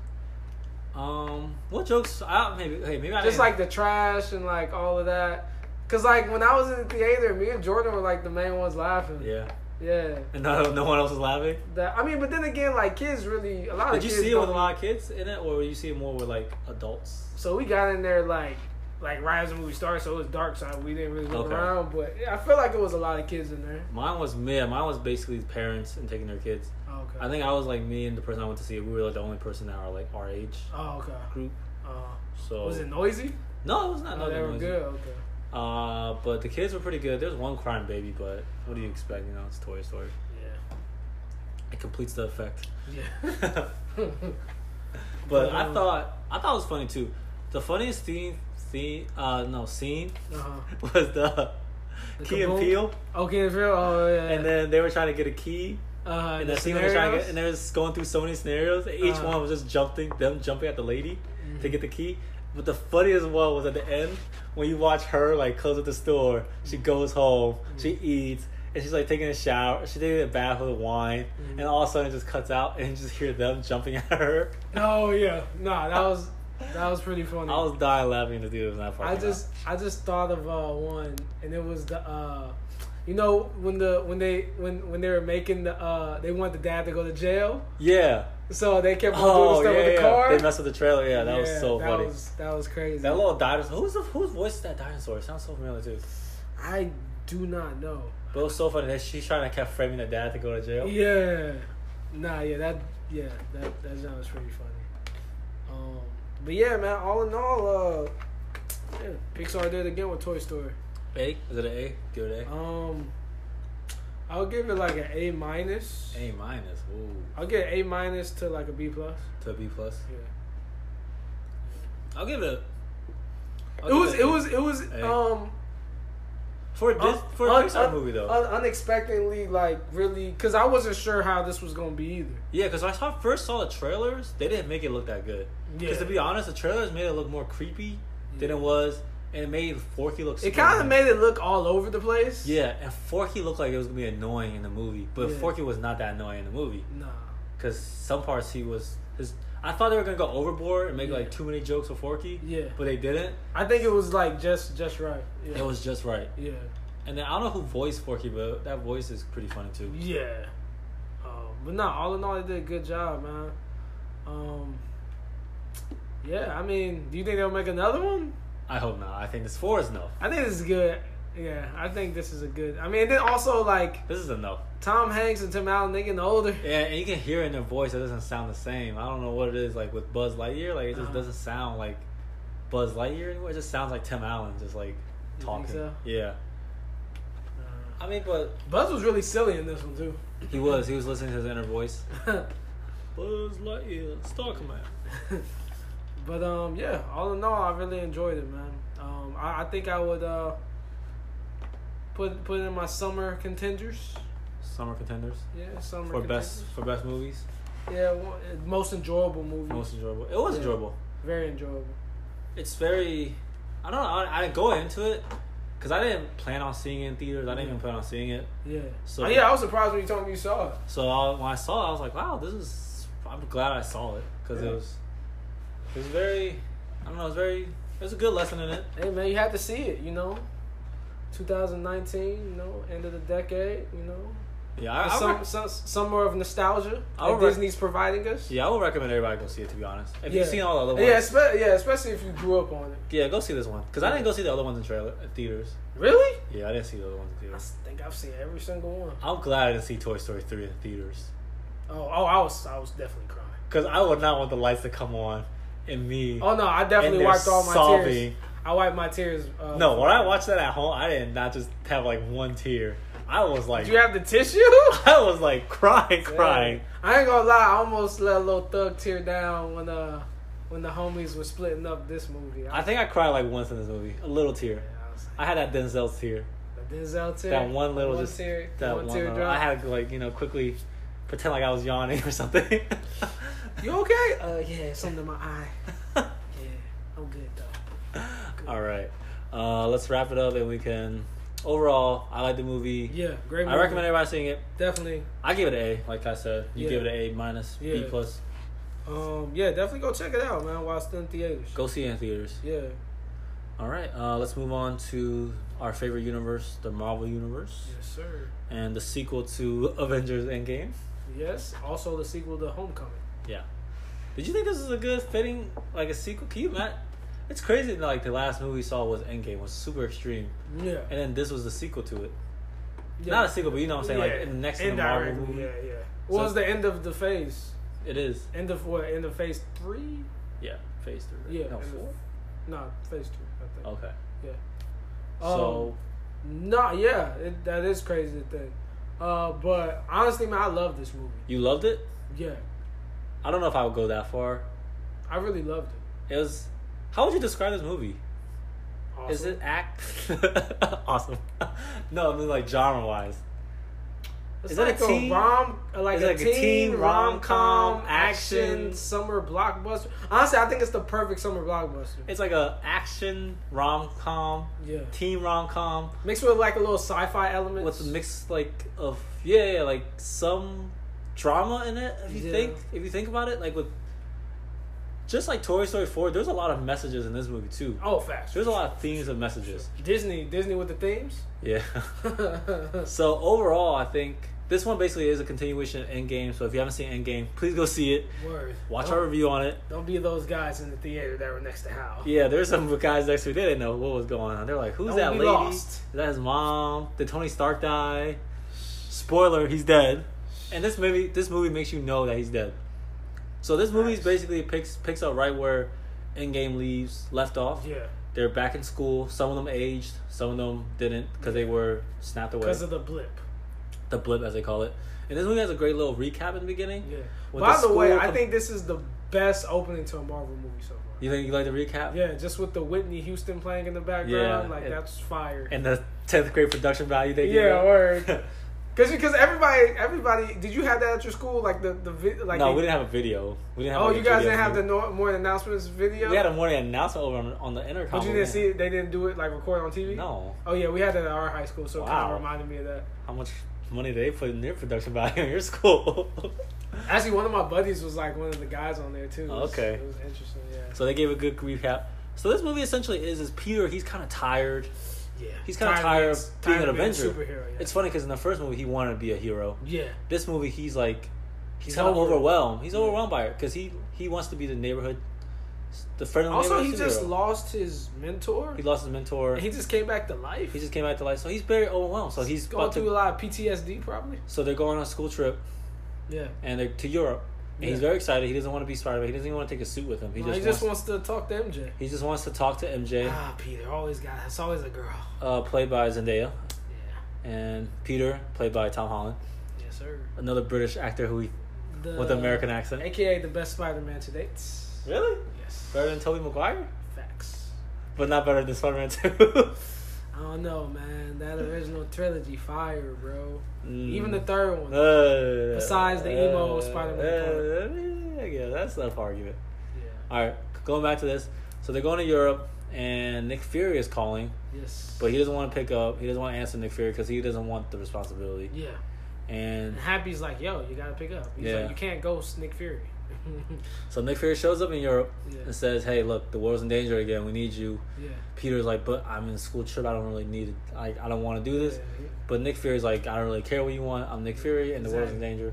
Speaker 2: Um, what jokes? I maybe hey maybe I
Speaker 1: just
Speaker 2: didn't-
Speaker 1: like the trash and like all of that. Cause like when I was in the theater, me and Jordan were like the main ones laughing.
Speaker 2: yeah,
Speaker 1: Yeah.
Speaker 2: and no [laughs] no one else was laughing.
Speaker 1: That I mean, but then again, like kids really a lot
Speaker 2: Did
Speaker 1: of
Speaker 2: you
Speaker 1: kids
Speaker 2: see it with a
Speaker 1: don't-
Speaker 2: lot of kids in it, or you see it more with like adults?
Speaker 1: So we got in there like like right as the movie started, so it was dark, so we didn't really look
Speaker 2: Okay.
Speaker 1: around. But yeah, I feel like it was a lot of kids in there.
Speaker 2: Mine was me. Mine was basically parents and taking their kids.
Speaker 1: Oh, okay.
Speaker 2: I think I was like me and the person I went to see. We were like the only person that are like our age
Speaker 1: oh, okay.
Speaker 2: group.
Speaker 1: Uh,
Speaker 2: So
Speaker 1: was it noisy?
Speaker 2: no, it was not.
Speaker 1: Oh,
Speaker 2: no,
Speaker 1: they
Speaker 2: that
Speaker 1: were
Speaker 2: noisy.
Speaker 1: good. Okay.
Speaker 2: Uh, but the kids were pretty good. There's one crying baby, but what do you expect? You know, it's Toy Story.
Speaker 1: Yeah.
Speaker 2: It completes the effect. [laughs]
Speaker 1: Yeah. [laughs]
Speaker 2: but
Speaker 1: Oh.
Speaker 2: I thought I thought it was funny too. The funniest scene, scene, uh, no scene [laughs]
Speaker 1: Uh-huh.
Speaker 2: was the key and
Speaker 1: kaboom?
Speaker 2: peel,
Speaker 1: Okay, it's real. Oh yeah.
Speaker 2: and then they were trying to get a key,
Speaker 1: uh,
Speaker 2: and
Speaker 1: the
Speaker 2: that scene was trying to get,
Speaker 1: scenarios?
Speaker 2: and they was going through so many scenarios. And each
Speaker 1: Uh.
Speaker 2: one was just jumping, them jumping at the lady
Speaker 1: Mm-hmm.
Speaker 2: to get the key. But the funniest one
Speaker 1: Mm-hmm.
Speaker 2: was at the end when you watch her like close up the store. She goes home, she eats, and she's like taking a shower. She's taking a bath with wine,
Speaker 1: Mm-hmm.
Speaker 2: and all of a sudden it just cuts out, [laughs] and you just hear them jumping at her.
Speaker 1: No, Oh, yeah, nah, that was that was pretty funny.
Speaker 2: I was dying laughing to do that.
Speaker 1: I just I just thought of uh, one, and it was the uh, you know when the when they when when they were making the uh, they wanted the dad to go to jail,
Speaker 2: yeah.
Speaker 1: so they kept on doing
Speaker 2: Oh
Speaker 1: stuff
Speaker 2: yeah,
Speaker 1: with the
Speaker 2: yeah.
Speaker 1: car.
Speaker 2: They messed with the trailer. Yeah, that was
Speaker 1: Yeah,
Speaker 2: so
Speaker 1: that
Speaker 2: funny.
Speaker 1: Was, that was crazy.
Speaker 2: That little dinosaur. Who's the, who's voiced that dinosaur? It sounds so familiar too.
Speaker 1: I do not know.
Speaker 2: But it was so funny that she's trying to keep framing the dad to go to jail.
Speaker 1: Yeah, nah, yeah, that yeah that that sounds pretty funny. Um, but yeah, man, all in all, uh, yeah, Pixar did it again with Toy Story.
Speaker 2: A? Is it an A? Give it an
Speaker 1: Um, I'll give it like an A minus.
Speaker 2: A. A minus. Ooh.
Speaker 1: I'll get A minus to like a B plus.
Speaker 2: To a B plus.
Speaker 1: Yeah.
Speaker 2: I'll give it. I'll
Speaker 1: It
Speaker 2: give
Speaker 1: was
Speaker 2: a
Speaker 1: it was it was
Speaker 2: A.
Speaker 1: um
Speaker 2: for this
Speaker 1: un-
Speaker 2: for a
Speaker 1: un-
Speaker 2: Pixar
Speaker 1: un-
Speaker 2: movie though.
Speaker 1: un- unexpectedly like really because I wasn't sure how this was gonna be either.
Speaker 2: yeah, because I saw first saw the trailers. They didn't make it look that good. Because to be honest, the trailers made it look more creepy than it was, and it made Forky look.
Speaker 1: it kind
Speaker 2: scary.
Speaker 1: of made it look all over the place.
Speaker 2: Yeah, and Forky looked like it was gonna be annoying in the movie, but
Speaker 1: Yeah.
Speaker 2: Forky was not that annoying in the movie.
Speaker 1: Nah.
Speaker 2: Because some parts he was his. I thought they were gonna go overboard and make
Speaker 1: Yeah.
Speaker 2: like too many jokes with Forky.
Speaker 1: Yeah.
Speaker 2: But they didn't.
Speaker 1: I think it was like just just right. Yeah.
Speaker 2: It was just right.
Speaker 1: Yeah.
Speaker 2: And then I don't know who voiced Forky, but that voice is pretty funny too.
Speaker 1: Yeah. Um, but no, all in all, they did a good job, man. Um. Yeah, I mean, do you think they'll make another one?
Speaker 2: I hope not. I think this four is enough.
Speaker 1: I think this is good. Yeah, I think this is a good. I mean, and then also like
Speaker 2: This is enough.
Speaker 1: Tom Hanks and Tim Allen, they getting older.
Speaker 2: Yeah, and you can hear in their voice it doesn't sound the same. I don't know what it is like with Buzz Lightyear. Like it just
Speaker 1: Uh-huh.
Speaker 2: doesn't sound like Buzz Lightyear anymore. It just sounds like Tim Allen just like
Speaker 1: think
Speaker 2: talking.
Speaker 1: so?
Speaker 2: Yeah. I mean, but
Speaker 1: Buzz was really silly in this one too.
Speaker 2: he was he was listening to his inner voice. [laughs] Buzz Lightyear, Starkman.
Speaker 1: [laughs] but um, yeah, all in all, I really enjoyed it, man. Um, I, I think I would uh put put it in my summer contenders.
Speaker 2: Summer contenders
Speaker 1: Yeah, summer
Speaker 2: for best
Speaker 1: contenders.
Speaker 2: for best movies,
Speaker 1: Yeah, one, uh, most enjoyable movie.
Speaker 2: most enjoyable. It was
Speaker 1: Yeah.
Speaker 2: enjoyable.
Speaker 1: Very enjoyable.
Speaker 2: It's very. I don't know. I, I didn't go into it because I didn't plan on seeing it in theaters. I didn't even plan on seeing it.
Speaker 1: Yeah.
Speaker 2: So-
Speaker 1: Oh, yeah, I was surprised when you told me you saw it.
Speaker 2: So I, when I saw it, I was like, "Wow, this is." I'm glad I saw it because
Speaker 1: Yeah.
Speaker 2: it was. It was very. I don't know. It was very. There's a good lesson in it.
Speaker 1: Hey man, you had to see it. You know, 2019. You know, end of the decade. You know,
Speaker 2: Yeah, I, I
Speaker 1: some,
Speaker 2: rec-
Speaker 1: some summer of nostalgia
Speaker 2: I
Speaker 1: that
Speaker 2: would rec-
Speaker 1: Disney's providing us.
Speaker 2: yeah, I would recommend everybody go see it. To be honest, if
Speaker 1: Yeah.
Speaker 2: you've seen all the other ones,
Speaker 1: Yeah, espe- yeah, especially if you grew up on it.
Speaker 2: yeah, go see this one because I didn't go see the other ones in trailer in theaters.
Speaker 1: Really?
Speaker 2: Yeah, I didn't see the other ones in
Speaker 1: I
Speaker 2: theaters.
Speaker 1: s- think I've seen every single one.
Speaker 2: I'm glad I didn't see Toy Story three in theaters
Speaker 1: Oh, oh, I was, I was definitely crying.
Speaker 2: because I would not want the lights to come on and me.
Speaker 1: Oh no, I definitely
Speaker 2: they're
Speaker 1: wiped all my tears.
Speaker 2: sobbing.
Speaker 1: I wiped my tears. Uh,
Speaker 2: No, when I watched that at home, I did not just have like one tear. I was like,
Speaker 1: Do you have the tissue? [laughs]
Speaker 2: [laughs] I was like crying, crying.
Speaker 1: I ain't gonna lie, I almost let a little thug tear down when uh when the homies were splitting up this movie.
Speaker 2: I think I cried like once in this movie, a little tear.
Speaker 1: I was
Speaker 2: I had that Denzel tear,
Speaker 1: like, the Denzel tear.
Speaker 2: that one little
Speaker 1: one
Speaker 2: just
Speaker 1: tear,
Speaker 2: that
Speaker 1: one
Speaker 2: one.
Speaker 1: tear
Speaker 2: little-
Speaker 1: drop.
Speaker 2: I had to like you know quickly pretend like I was yawning or something. [laughs]
Speaker 1: You okay? Uh, yeah, something in my eye. Yeah, I'm good though.
Speaker 2: All right, uh, let's wrap it up and we can. Overall, I like the movie.
Speaker 1: Yeah, great.
Speaker 2: I recommend everybody seeing it.
Speaker 1: Definitely.
Speaker 2: I give it an A, like I said. You
Speaker 1: Yeah.
Speaker 2: give it an A minus, B
Speaker 1: Yeah.
Speaker 2: plus.
Speaker 1: Um, yeah, definitely go check it out, man. While it's still in theaters.
Speaker 2: Go see it in theaters.
Speaker 1: Yeah.
Speaker 2: All right, uh, let's move on to our favorite universe, the Marvel universe,
Speaker 1: Yes, sir.
Speaker 2: and the sequel to [laughs] Avengers Endgame.
Speaker 1: Yes. Also, the sequel to Homecoming.
Speaker 2: Yeah. Did you think this is a good fitting, like a sequel? Can you imagine? It's crazy. that, Like the last movie we saw was Endgame, was super extreme,
Speaker 1: Yeah.
Speaker 2: and then this was the sequel to it.
Speaker 1: yeah.
Speaker 2: Not a sequel, but you know what I'm saying. Like in the next in the Marvel
Speaker 1: Indirectly,
Speaker 2: movie,
Speaker 1: Yeah, yeah. What
Speaker 2: So-
Speaker 1: was the end of the phase?
Speaker 2: it is.
Speaker 1: End of what? End of phase three?
Speaker 2: Yeah, Phase Three. right?
Speaker 1: Yeah.
Speaker 2: no
Speaker 1: end of-
Speaker 2: four.
Speaker 1: Nah, phase two. I think.
Speaker 2: Okay.
Speaker 1: Um,
Speaker 2: so
Speaker 1: Nah, yeah, it, that is crazy to think. Uh, but honestly, man, I love this movie.
Speaker 2: you loved it?
Speaker 1: Yeah,
Speaker 2: I don't know if I would go that far.
Speaker 1: I really loved it.
Speaker 2: It was. How would you describe this movie?
Speaker 1: Awesome.
Speaker 2: [laughs] Is it act? awesome. no, I mean like genre wise.
Speaker 1: It's
Speaker 2: Is that
Speaker 1: like
Speaker 2: a
Speaker 1: a
Speaker 2: teen?
Speaker 1: rom, like
Speaker 2: Is
Speaker 1: a,
Speaker 2: it like a
Speaker 1: teen,
Speaker 2: teen
Speaker 1: rom-com,
Speaker 2: rom-com
Speaker 1: action
Speaker 2: action?
Speaker 1: summer blockbuster. Honestly, I think it's the perfect summer blockbuster.
Speaker 2: It's like a action rom com,
Speaker 1: Yeah,
Speaker 2: teen rom com
Speaker 1: mixed with like a little sci-fi element.
Speaker 2: with a mix like of yeah, yeah, like some drama in it. If you
Speaker 1: Yeah.
Speaker 2: think if you think about it, like with just like Toy Story four, there's a lot of messages in this movie too.
Speaker 1: Oh, facts.
Speaker 2: There's a lot of themes and messages.
Speaker 1: Disney, Disney with the themes. [laughs]
Speaker 2: Yeah. [laughs] so overall, I think this one basically is a continuation of Endgame. So if you haven't seen Endgame, please go see it.
Speaker 1: Word.
Speaker 2: Watch
Speaker 1: don't,
Speaker 2: our review on it.
Speaker 1: Don't be those guys in the theater that were next to Hal.
Speaker 2: Yeah, there's some guys next to me. They didn't know what was going on. They're like, "Who's
Speaker 1: Don't
Speaker 2: that
Speaker 1: be
Speaker 2: lady?
Speaker 1: lost.
Speaker 2: Is that his mom? Did Tony Stark die?" Spoiler: He's dead. And this movie, this movie makes you know that he's dead. So this movie is basically picks picks up right where Endgame leaves left off.
Speaker 1: Yeah.
Speaker 2: They're back in school. Some of them aged. Some of them didn't because they were snapped away.
Speaker 1: Because of the blip.
Speaker 2: the blip as they call it. And this movie has a great little recap in the beginning.
Speaker 1: Yeah.
Speaker 2: With
Speaker 1: By the,
Speaker 2: the
Speaker 1: way,
Speaker 2: school
Speaker 1: I
Speaker 2: com-
Speaker 1: think this is the best opening to a Marvel movie so far.
Speaker 2: You think you like the recap?
Speaker 1: Yeah, just with the Whitney Houston playing in the background,
Speaker 2: Yeah,
Speaker 1: like
Speaker 2: it-
Speaker 1: that's fire.
Speaker 2: And the tenth grade production value they give.
Speaker 1: yeah,
Speaker 2: it. [laughs]
Speaker 1: word. Because because everybody everybody did you have that at your school like the the vi- like
Speaker 2: no,
Speaker 1: they-
Speaker 2: we didn't have a video. We didn't have.
Speaker 1: oh
Speaker 2: like, a
Speaker 1: you guys
Speaker 2: video
Speaker 1: didn't have
Speaker 2: for
Speaker 1: the no, morning announcements video
Speaker 2: We had a morning announcement over on, on the intercom.
Speaker 1: but you
Speaker 2: over
Speaker 1: didn't see
Speaker 2: there.
Speaker 1: it they didn't do it like record on TV
Speaker 2: No.
Speaker 1: oh yeah we had that at our high school so it kind
Speaker 2: Wow.
Speaker 1: of reminded me of that
Speaker 2: How much money they put in their production value [laughs] in your school?
Speaker 1: actually one of my buddies was like one of the guys on there too It was-
Speaker 2: Okay.
Speaker 1: it was interesting yeah
Speaker 2: so they gave a good recap. So this movie essentially is is Peter. He's kind of tired.
Speaker 1: yeah
Speaker 2: He's kind of tired of being an
Speaker 1: of being a
Speaker 2: Avenger.
Speaker 1: superhero yeah
Speaker 2: It's funny because in the first movie he wanted to be a hero.
Speaker 1: yeah
Speaker 2: This movie he's like he's
Speaker 1: He's
Speaker 2: kind of
Speaker 1: over it.
Speaker 2: overwhelmed. He's
Speaker 1: Yeah.
Speaker 2: overwhelmed by it because he he wants to be the neighborhood, the friend. Of the
Speaker 1: also
Speaker 2: neighborhood
Speaker 1: he just
Speaker 2: superhero.
Speaker 1: lost his mentor
Speaker 2: he lost his mentor.
Speaker 1: and he just came back to life
Speaker 2: He just came back to life, so he's very overwhelmed. So he's
Speaker 1: going
Speaker 2: about
Speaker 1: through a
Speaker 2: to.
Speaker 1: lot of PTSD probably
Speaker 2: So they're going on a school trip
Speaker 1: yeah
Speaker 2: and they're to Europe. And he's
Speaker 1: Yeah.
Speaker 2: very excited. He doesn't want to be Spider Man. He doesn't even want to take a suit with him. He
Speaker 1: No,
Speaker 2: just,
Speaker 1: he just
Speaker 2: wants,
Speaker 1: wants, to talk to MJ.
Speaker 2: he just wants to talk to MJ,
Speaker 1: Ah, Peter, always got it's always a girl.
Speaker 2: uh, played by Zendaya,
Speaker 1: Yeah,
Speaker 2: and Peter, played by Tom Holland,
Speaker 1: yes sir.
Speaker 2: another British actor who he,
Speaker 1: The,
Speaker 2: with an American accent.
Speaker 1: AKA the best Spider-Man to date.
Speaker 2: Really
Speaker 1: Yes,
Speaker 2: better than Tobey Maguire,
Speaker 1: facts.
Speaker 2: but not better than Spider Man Two. [laughs]
Speaker 1: I don't know, man. That original trilogy, fire, bro.
Speaker 2: Mm.
Speaker 1: Even the third one.
Speaker 2: Uh,
Speaker 1: Besides the emo Spider-Man
Speaker 2: uh, yeah, that's a tough argument.
Speaker 1: yeah.
Speaker 2: All right, going back to this. So they're going to Europe, and Nick Fury is calling,
Speaker 1: Yes.
Speaker 2: but he doesn't want to pick up. He doesn't want to answer Nick Fury because he doesn't want the responsibility.
Speaker 1: yeah.
Speaker 2: And
Speaker 1: And Happy's like, yo, you gotta pick up. He's
Speaker 2: Yeah.
Speaker 1: like, you can't ghost Nick Fury. [laughs]
Speaker 2: so Nick Fury shows up in Europe
Speaker 1: Yeah.
Speaker 2: and says, "Hey, look, the world's in danger again. We need you."
Speaker 1: yeah.
Speaker 2: Peter's like, "But I'm in a school trip. I don't really need it. I, I don't want to do this."
Speaker 1: Yeah.
Speaker 2: But Nick Fury's like, "I don't really care what you want. I'm Nick Fury, and the world's in danger."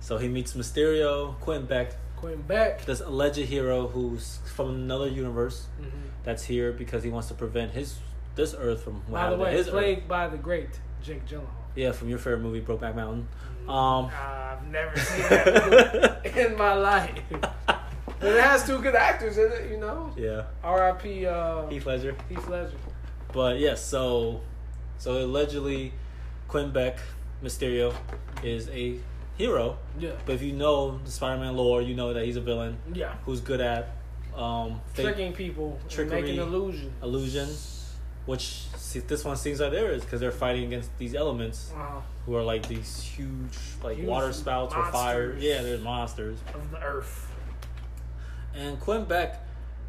Speaker 2: So he meets Mysterio, Quentin Beck,
Speaker 1: Quentin Beck.
Speaker 2: this alleged hero who's from another universe
Speaker 1: hmm
Speaker 2: that's here because he wants to prevent his this Earth from what
Speaker 1: By the
Speaker 2: happened to
Speaker 1: way,
Speaker 2: his Earth.
Speaker 1: played by the great Jake Gyllenhaal.
Speaker 2: Yeah, from your favorite movie, Brokeback Mountain.
Speaker 1: Mm-hmm.
Speaker 2: Um,
Speaker 3: uh,
Speaker 1: I've never seen [laughs]
Speaker 2: [laughs]
Speaker 1: that movie in my life. But it has two good actors in it, you know.
Speaker 2: yeah,
Speaker 1: R.I.P. Uh, Heath
Speaker 2: Heath Ledger.
Speaker 1: Ledger.
Speaker 2: But yes, so so allegedly, Quinn Beck Mysterio is a hero.
Speaker 1: Yeah.
Speaker 2: But if you know the Spider-Man lore, you know that he's a villain
Speaker 1: Yeah.
Speaker 2: who's good at um, fake
Speaker 1: Tricking people, and
Speaker 2: Trickery.
Speaker 1: making illusion.
Speaker 2: illusion, which see, this one seems like there is because they're fighting against these elements
Speaker 1: Uh,
Speaker 2: who are like these huge like
Speaker 1: Huge
Speaker 2: water spouts or fire.
Speaker 1: monsters.
Speaker 2: Yeah, they're monsters.
Speaker 1: of the earth.
Speaker 2: And Quinn Beck,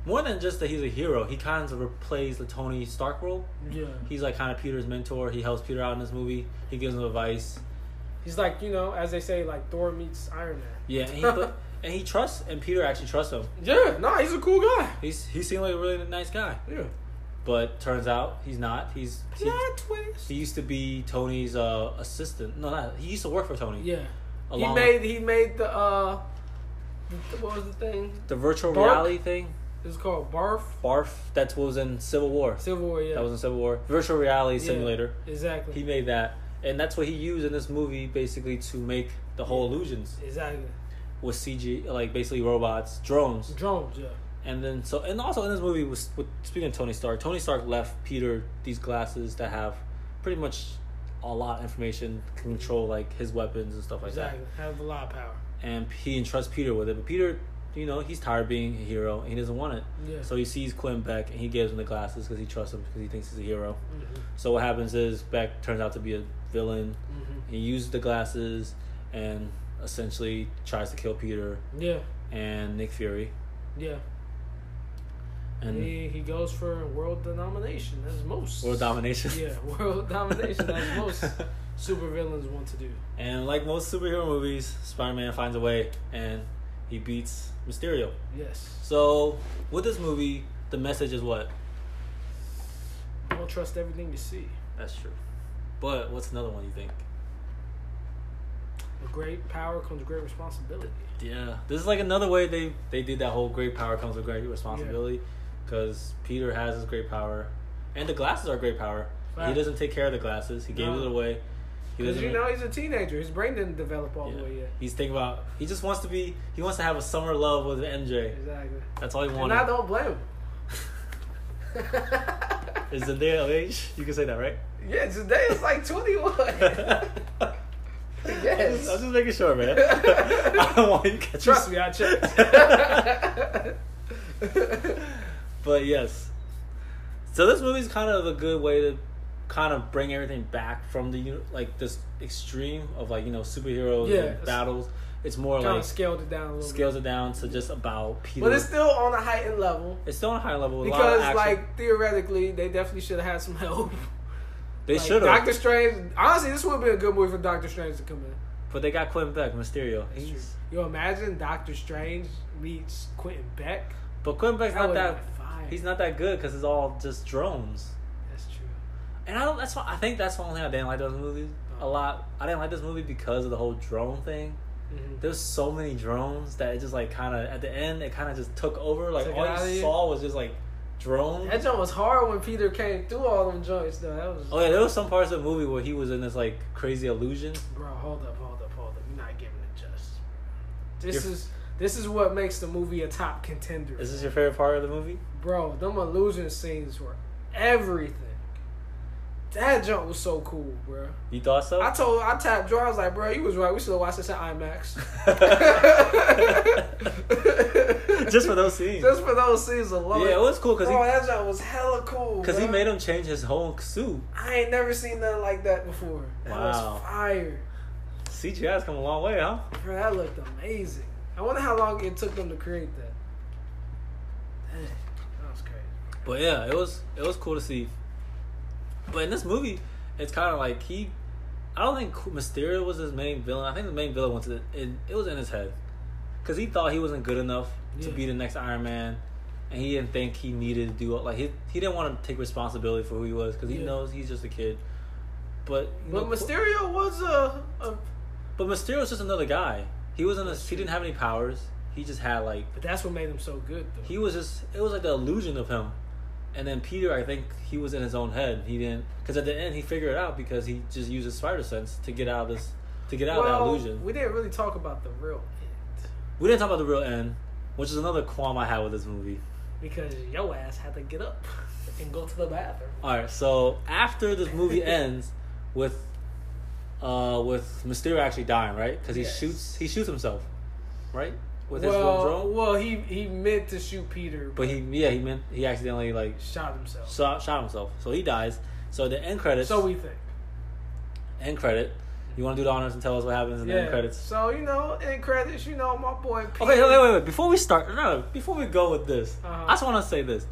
Speaker 2: more than just that he's a hero, he kind of plays the Tony Stark role.
Speaker 1: Yeah.
Speaker 2: He's like kind of Peter's mentor. He helps Peter out in this movie. He gives him advice.
Speaker 1: He's like, you know, as they say, like Thor meets Iron Man.
Speaker 2: Yeah, and
Speaker 1: [laughs]
Speaker 2: he, but, and he trusts, and Peter actually trusts him.
Speaker 1: Yeah, nah, he's a cool guy.
Speaker 2: He's he seemed like a really nice guy,
Speaker 1: Yeah.
Speaker 2: but turns out he's not. He's he,
Speaker 1: Plot twist.
Speaker 2: he used to be Tony's uh, assistant. No, not he used to work for Tony.
Speaker 1: Yeah. He
Speaker 2: along
Speaker 1: made he made the uh the- what was the thing?
Speaker 2: with the virtual
Speaker 1: Bark?
Speaker 2: reality thing.
Speaker 1: It was called Barf
Speaker 2: Barf. That's what was in Civil War.
Speaker 1: Civil War, yeah.
Speaker 2: That was in Civil War. Virtual reality
Speaker 1: Yeah,
Speaker 2: simulator.
Speaker 1: Exactly.
Speaker 2: He made that, and that's what he used in this movie basically to make the whole illusions
Speaker 1: exactly.
Speaker 2: with CG, like basically robots, drones.
Speaker 1: Drones, yeah.
Speaker 2: And then so and also in this movie was with, speaking of Tony Stark, Tony Stark left Peter these glasses that have pretty much a lot of information to control like his weapons and stuff like
Speaker 1: Exactly. Have a lot of power.
Speaker 2: that. And he entrusts Peter with it, but Peter, you know, he's tired of being a hero and he doesn't want it.
Speaker 1: Yeah.
Speaker 2: So he sees Quinn Beck and he gives him the glasses because he trusts him because he thinks he's a hero.
Speaker 1: Mhm.
Speaker 2: So what happens is Beck turns out to be a villain.
Speaker 1: Mm-hmm.
Speaker 2: He uses the glasses and essentially tries to kill Peter
Speaker 1: Yeah,
Speaker 2: and Nick Fury.
Speaker 1: yeah.
Speaker 2: And
Speaker 1: He, he goes for world domination. That's most.
Speaker 2: world domination.
Speaker 1: Yeah, world [laughs] domination. That's most
Speaker 2: [laughs]
Speaker 1: supervillains want to do.
Speaker 2: and like most superhero movies, Spider Man finds a way and he beats Mysterio.
Speaker 1: Yes.
Speaker 2: So with this movie, the message is what?
Speaker 1: Don't trust everything you see.
Speaker 2: That's true. But what's another one you think?
Speaker 1: With great power comes great responsibility.
Speaker 2: Yeah, this is like another way they they did that whole great power comes with great responsibility, because Peter has his great power, and the glasses are great power. He
Speaker 1: Fact.
Speaker 2: doesn't take care of the glasses. He gave
Speaker 1: No.
Speaker 2: it away. He
Speaker 1: Because
Speaker 2: doesn't.
Speaker 1: you know he's a teenager. His brain didn't develop all
Speaker 2: yeah.
Speaker 1: the way yet.
Speaker 2: He's thinking about. He just wants to be. He wants to have a summer love with MJ.
Speaker 1: Exactly.
Speaker 2: That's all he
Speaker 1: And I
Speaker 2: wanted.
Speaker 1: don't blame him. [laughs]
Speaker 2: Is the day of age? You can say that, right?
Speaker 1: yeah, today is like 21.
Speaker 2: [laughs] I
Speaker 1: [laughs]
Speaker 2: was
Speaker 1: yes.
Speaker 2: just making sure, man.
Speaker 1: [laughs]
Speaker 2: [laughs] I don't want you to catch
Speaker 1: Trust me, I
Speaker 2: [laughs]
Speaker 1: checked. [laughs]
Speaker 2: But yes. So this movie's kind of a good way to kind of bring everything back from the uni- like this extreme of like you know superheroes
Speaker 1: Yeah,
Speaker 2: and
Speaker 1: it's-
Speaker 2: battles. It's more
Speaker 1: Kind
Speaker 2: like
Speaker 1: of scaled it down a little
Speaker 2: scales it down to just about Peter.
Speaker 1: bit. But it's still on a heightened level.
Speaker 2: It's still on a high level. with a lot of
Speaker 1: Because,
Speaker 2: action.
Speaker 1: like, theoretically, they definitely should have had some help.
Speaker 2: they
Speaker 1: Like,
Speaker 2: should have,
Speaker 1: Doctor Strange. Honestly, this would have been a good movie for Doctor Strange to come in.
Speaker 2: but they got Quentin Beck, Mysterio. He's,
Speaker 1: You imagine Doctor Strange meets Quentin Beck?
Speaker 2: but Quentin Beck's
Speaker 1: That
Speaker 2: not
Speaker 1: would've
Speaker 2: that.
Speaker 1: been fire.
Speaker 2: He's not that good because it's all just drones.
Speaker 1: That's true.
Speaker 2: And I don't. That's why I think that's the only thing I didn't like this movie
Speaker 1: Oh.
Speaker 2: a lot. I didn't like this movie because of the whole drone thing.
Speaker 1: Mhm.
Speaker 2: There's so many drones that it just like kind of at the end it kind of just took over. Like
Speaker 1: Took it out
Speaker 2: all
Speaker 1: of
Speaker 2: you
Speaker 1: you?
Speaker 2: saw was just like drones.
Speaker 1: That joint was hard when Peter came through all them joints, though. That was.
Speaker 2: Oh yeah, there was some parts of the movie where he was in this like crazy illusion.
Speaker 1: Bro, hold up, hold up, hold up. You're not giving it justice. This
Speaker 2: You're-
Speaker 1: is this is what makes the movie a top contender.
Speaker 2: Is this your favorite part of the movie?
Speaker 1: Bro, them illusion scenes were everything. That jump was so cool, bro.
Speaker 2: You thought so?
Speaker 1: I told I tapped Joe, I was like, bro, you was right. We should have watched this at IMAX.
Speaker 2: [laughs]
Speaker 1: [laughs]
Speaker 2: just for those scenes.
Speaker 1: Just for those scenes alone.
Speaker 2: yeah, it was cool because
Speaker 1: Bro,
Speaker 2: he
Speaker 1: that jump was hella cool.
Speaker 2: because
Speaker 1: bro. [laughs]
Speaker 2: he made him change his whole suit.
Speaker 1: I ain't never seen nothing like that before. That
Speaker 2: Wow.
Speaker 1: was fire.
Speaker 2: CGI's come a long way, huh?
Speaker 1: Bro, that looked amazing. I wonder how long it took them to create that. Dang, that was crazy.
Speaker 2: But yeah, it was it was cool to see. But in this movie, it's kind of like he. I don't think Mysterio was his main villain. I think the main villain was it. It was in his head, because he thought he wasn't good enough to
Speaker 1: Yeah.
Speaker 2: be the next Iron Man, and he didn't think he needed to do it. Like he he didn't want to take responsibility for who he was because he
Speaker 1: Yeah.
Speaker 2: knows he's just a kid. But you
Speaker 1: But
Speaker 2: know,
Speaker 1: Mysterio was a, a
Speaker 2: but Mysterio's just another guy. He wasn't. A, he didn't have any powers. He just had like
Speaker 1: But that's what made him so good, though.
Speaker 2: he was just it was like the illusion of him and then peter i think he was in his own head he didn't because at the end he figured it out because he just used his spider sense to get out of this to get out
Speaker 1: well,
Speaker 2: of that illusion
Speaker 1: we didn't really talk about the real end
Speaker 2: we didn't talk about the real end which is another qualm i had with this movie
Speaker 1: because yo ass had to get up [laughs] and go to the bathroom.
Speaker 2: all right so after this
Speaker 1: [laughs]
Speaker 2: movie ends with uh with mysterio actually dying right because he
Speaker 1: Yes.
Speaker 2: shoots he shoots himself right with his little
Speaker 1: well,
Speaker 2: drone
Speaker 1: well, he he meant to shoot Peter, but
Speaker 2: but he yeah he meant he accidentally like
Speaker 1: shot himself. So,
Speaker 2: shot, shot himself so he dies so the end credits
Speaker 1: we think.
Speaker 2: end credit. You want to do the honors and tell us what happens in the end credits?
Speaker 1: So you know, in credits, you know, my boy. Peter,
Speaker 2: Okay, wait, wait, wait. Before we start, no, before we go with this,
Speaker 1: Uh-huh.
Speaker 2: I just want to say this.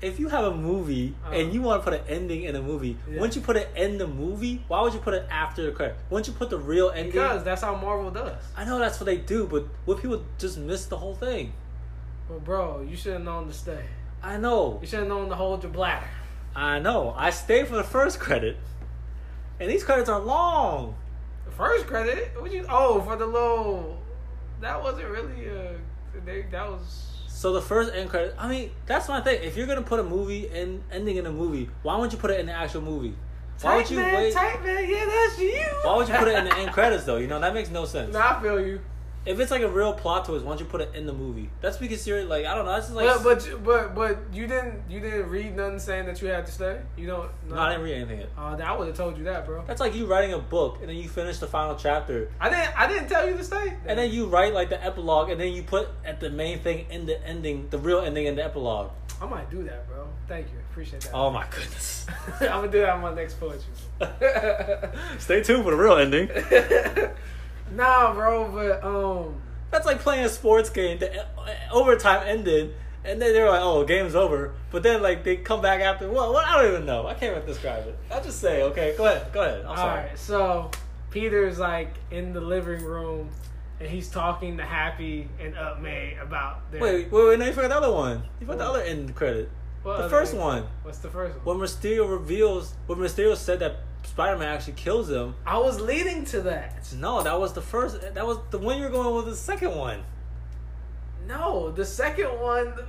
Speaker 2: If you have a movie and you want to put an ending in a movie,
Speaker 1: Yeah.
Speaker 2: once you put it in the movie, why would you put it after the credit? Once you put the real ending,
Speaker 1: Because that's how Marvel does.
Speaker 2: I know that's what they do, but what people just miss the whole thing.
Speaker 1: But bro, you should have known to stay.
Speaker 2: I know,
Speaker 1: You should have known to hold your bladder.
Speaker 2: I know. I stayed for the first credit, and these credits are long.
Speaker 1: The first credit, what you? Oh, for the little. That wasn't really a. They, that was
Speaker 2: So the first end credit, I mean, that's my thing. If you're gonna put a movie and ending in a movie, why wouldn't you put it in the actual movie? Why would
Speaker 1: Tight
Speaker 2: you
Speaker 1: man,
Speaker 2: wait?
Speaker 1: Tight man, yeah, that's you.
Speaker 2: Why would you
Speaker 1: [laughs]
Speaker 2: put it in the end credits though? You know that makes no sense.
Speaker 1: Nah, I feel you.
Speaker 2: If it's like a real plot twist, why don't you put it in the movie? That's because you're like I don't know. It's just
Speaker 1: But
Speaker 2: like
Speaker 1: but but but you didn't you didn't read nothing saying that you had to stay. You don't.
Speaker 2: no, I didn't read anything. Yet.
Speaker 1: Uh, I would have told you that, bro.
Speaker 2: That's like you writing a book and then you finish the final chapter
Speaker 1: I didn't. I didn't tell you to stay.
Speaker 2: and then you write like the epilogue and then you put at the main thing in the ending, the real ending in the epilogue.
Speaker 1: I might do that, bro. Thank you. Appreciate that.
Speaker 2: Oh my goodness.
Speaker 1: [laughs] I'm gonna do that on my next poetry.
Speaker 2: [laughs] Stay tuned for the real ending.
Speaker 1: nah, bro, but um,
Speaker 2: That's like playing a sports game. The uh, overtime ended, and then they're like, "Oh, game's over." But then, like, they come back after. Well, what? I don't even know. I can't even describe it. I'll just say, okay, go ahead, go ahead. I'm
Speaker 1: all
Speaker 2: sorry.
Speaker 1: right. So Peter's like in the living room, and he's talking to Happy and Up May about their
Speaker 2: Wait, wait, wait! No, you forgot the other one. You forgot the other end credit.
Speaker 1: What
Speaker 2: the
Speaker 1: other
Speaker 2: first
Speaker 1: end?
Speaker 2: one.
Speaker 1: What's the first one?
Speaker 2: When Mysterio reveals, when Mysterio said that Spider-Man actually kills him.
Speaker 1: I was leading to that.
Speaker 2: No, that was the first. That was the one you're going with. The second one.
Speaker 1: No, the second one. [laughs]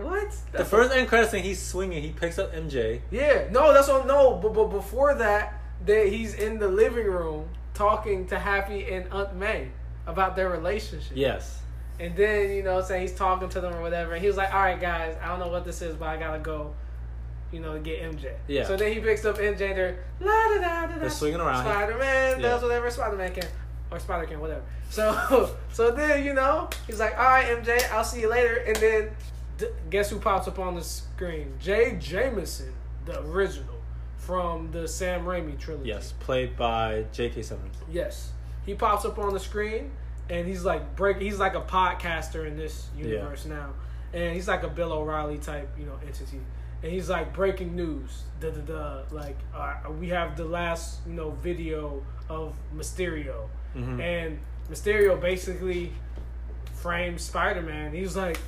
Speaker 1: What?
Speaker 2: The first end credit scene, he's swinging. He picks up MJ.
Speaker 1: Yeah, no, that's what no. But but before that, that he's in the living room talking to Happy and Aunt May about their relationship.
Speaker 2: Yes.
Speaker 1: And then you know, saying he's talking to them or whatever, and he was like, "All right, guys, I don't know what this is, but I gotta go." You know, get MJ.
Speaker 2: Yeah.
Speaker 1: So then he picks up MJ. and They're la da da da. da.
Speaker 2: They're swinging around.
Speaker 1: Spider Man
Speaker 2: Yeah.
Speaker 1: does whatever Spider Man can, or Spider can, whatever. So [laughs] so then you know he's like, "All right, MJ, I'll see you later." And then d- guess who pops up on the screen? Jay Jameson, the original from the Sam Raimi trilogy.
Speaker 2: Yes. Played by J.K. Simmons.
Speaker 1: Yes. He pops up on the screen and he's like break he's like a podcaster in this universe now. And he's like a Bill O'Reilly type, you know, entity. And he's like breaking news. Da da da like uh, we have the last, you know, video of Mysterio. And Mysterio basically frames Spider-Man. He's like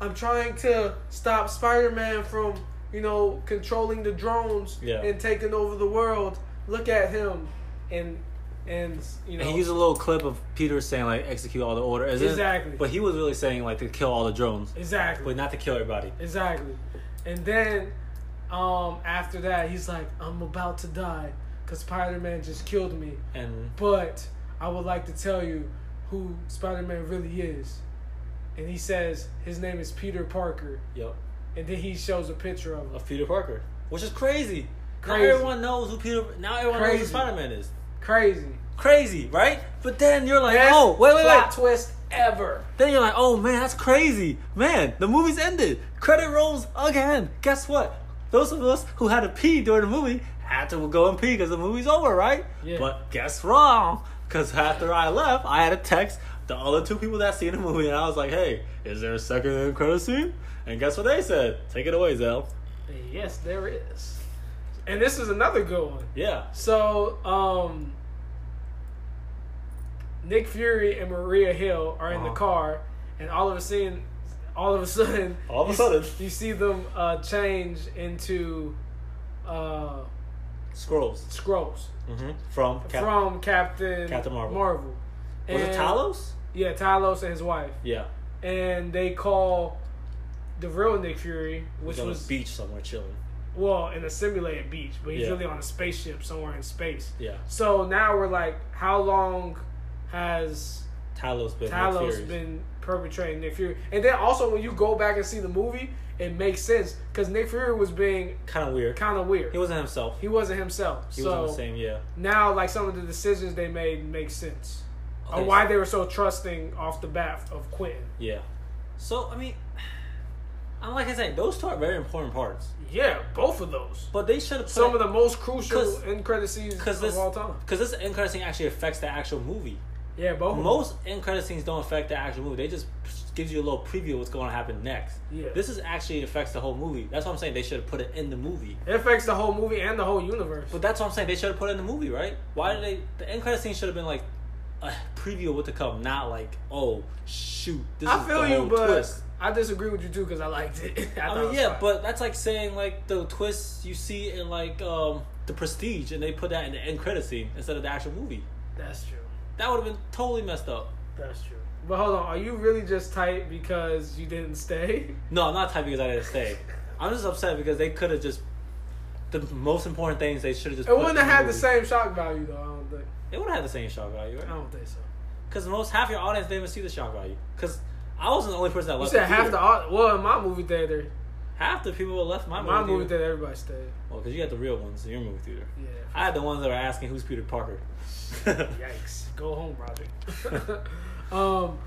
Speaker 1: I'm trying to stop Spider-Man from, you know, controlling the drones
Speaker 2: Yeah.
Speaker 1: and taking over the world. Look at him, and and you know,
Speaker 2: And he used a little clip of Peter saying like execute all the order. as in-
Speaker 1: Exactly.
Speaker 2: but he was really saying like to kill all the drones,
Speaker 1: exactly,
Speaker 2: but not to kill everybody.
Speaker 1: exactly. And then, um, after that, he's like, I'm about to die because Spider-Man just killed me.
Speaker 2: And
Speaker 1: But I would like to tell you who Spider-Man really is. And he says his name is Peter Parker.
Speaker 2: yep,
Speaker 1: And then he shows a picture of him.
Speaker 2: of Peter Parker, which is crazy.
Speaker 1: Crazy.
Speaker 2: Now everyone knows who Peter. Now everyone knows
Speaker 1: Crazy.
Speaker 2: who Spider Man is.
Speaker 1: Crazy.
Speaker 2: Crazy, right? But then you're like,
Speaker 1: Best
Speaker 2: oh, wait, wait,
Speaker 1: plot
Speaker 2: wait.
Speaker 1: twist ever.
Speaker 2: Then you're like, oh man, that's crazy. Man, the movie's ended. Credit rolls again. Guess what? Those of us who had to pee during the movie had to go and pee because the movie's over, right?
Speaker 1: Yeah.
Speaker 2: But guess wrong, because after I left, I had a text the other two people that seen the movie, and I was like, hey, is there a second end credit scene? And guess what they said? Take it away, Zell.
Speaker 1: Yes, there is. And this is another good one.
Speaker 2: Yeah.
Speaker 1: So, um, Nick Fury and Maria Hill are in the
Speaker 2: Uh-huh.
Speaker 1: car, and all of a sudden, all of a sudden,
Speaker 2: All of a
Speaker 1: you s-
Speaker 2: sudden.
Speaker 1: you see them uh, change into uh,
Speaker 2: Scrolls.
Speaker 1: scrolls
Speaker 2: hmm From, Cap-
Speaker 1: Mm-hmm. from Captain
Speaker 2: Captain Marvel.
Speaker 1: Marvel.
Speaker 2: Was it
Speaker 1: And-
Speaker 2: Talos?
Speaker 1: Yeah, Talos and his wife,
Speaker 2: Yeah.
Speaker 1: and they call the real Nick Fury, which
Speaker 2: He's on a
Speaker 1: was
Speaker 2: beach somewhere chilling.
Speaker 1: well in a simulated beach, but he's
Speaker 2: Yeah.
Speaker 1: really on a spaceship somewhere in space.
Speaker 2: Yeah.
Speaker 1: So now we're like, how long has
Speaker 2: Talos been. Nick
Speaker 1: Talos
Speaker 2: Fury's.
Speaker 1: been perpetrating Nick Fury? And then also when you go back and see the movie, it makes sense because Nick Fury was being
Speaker 2: Kind of weird.
Speaker 1: kind of weird.
Speaker 2: He wasn't himself.
Speaker 1: He wasn't himself.
Speaker 2: He
Speaker 1: so
Speaker 2: was on the same, yeah.
Speaker 1: now, like some of the decisions they made make sense,
Speaker 2: Okay,
Speaker 1: or why they were so trusting off the bat of Quentin.
Speaker 2: Yeah. So I mean, [sighs] I like I said, those two are very important parts,
Speaker 1: Yeah, both of those.
Speaker 2: but they should have
Speaker 1: Some of the most crucial
Speaker 2: 'Cause-
Speaker 1: end credit scenes
Speaker 2: because
Speaker 1: of
Speaker 2: this
Speaker 1: all time.
Speaker 2: because this end credit scene actually affects the actual movie.
Speaker 1: Yeah, both. of
Speaker 2: Most end credit scenes don't affect the actual movie; they just gives you a little preview of what's going to happen next.
Speaker 1: Yeah.
Speaker 2: This is actually affects the whole movie. That's what I'm saying. They should have put it in the movie.
Speaker 1: them. It affects the whole movie and the whole universe.
Speaker 2: But that's what I'm saying. They should have put it in the movie, right? Why did they? The end credit scene should have been like a preview of what to come, not like oh shoot, this
Speaker 1: I
Speaker 2: is
Speaker 1: feel
Speaker 2: the
Speaker 1: you,
Speaker 2: whole
Speaker 1: but
Speaker 2: twist.
Speaker 1: I disagree with you too because I liked it. [laughs] I, thought
Speaker 2: I
Speaker 1: it
Speaker 2: mean,
Speaker 1: was
Speaker 2: yeah,
Speaker 1: fine.
Speaker 2: but that's like saying like the twists you see in like um the Prestige, and they put that in the end credit scene instead of the actual movie.
Speaker 1: that's true.
Speaker 2: That would have been totally messed up.
Speaker 1: That's true. But hold on, are you really just tight because you didn't stay? [laughs]
Speaker 2: No, I'm not type because I didn't stay. I'm just upset because they could have just the most important things they should have just.
Speaker 1: It
Speaker 2: put
Speaker 1: wouldn't
Speaker 2: in
Speaker 1: have had the
Speaker 2: movie.
Speaker 1: same shock value though. I don't think.
Speaker 2: It would have had the same shock value,
Speaker 1: I
Speaker 2: right?
Speaker 1: don't think so.
Speaker 2: Because most half your audience didn't even see the shock value. Because I wasn't the only person that
Speaker 1: You
Speaker 2: left.
Speaker 1: said half the
Speaker 2: theater.
Speaker 1: au- well in my movie theater,
Speaker 2: half the people that left my,
Speaker 1: my
Speaker 2: movie,
Speaker 1: movie
Speaker 2: theater.
Speaker 1: theater everybody stayed.
Speaker 2: Well, because you had the real ones in your movie theater.
Speaker 1: Yeah.
Speaker 2: I had the ones that were asking who's Peter Parker. [laughs]
Speaker 1: Yikes. Go home, Roger. [laughs] um,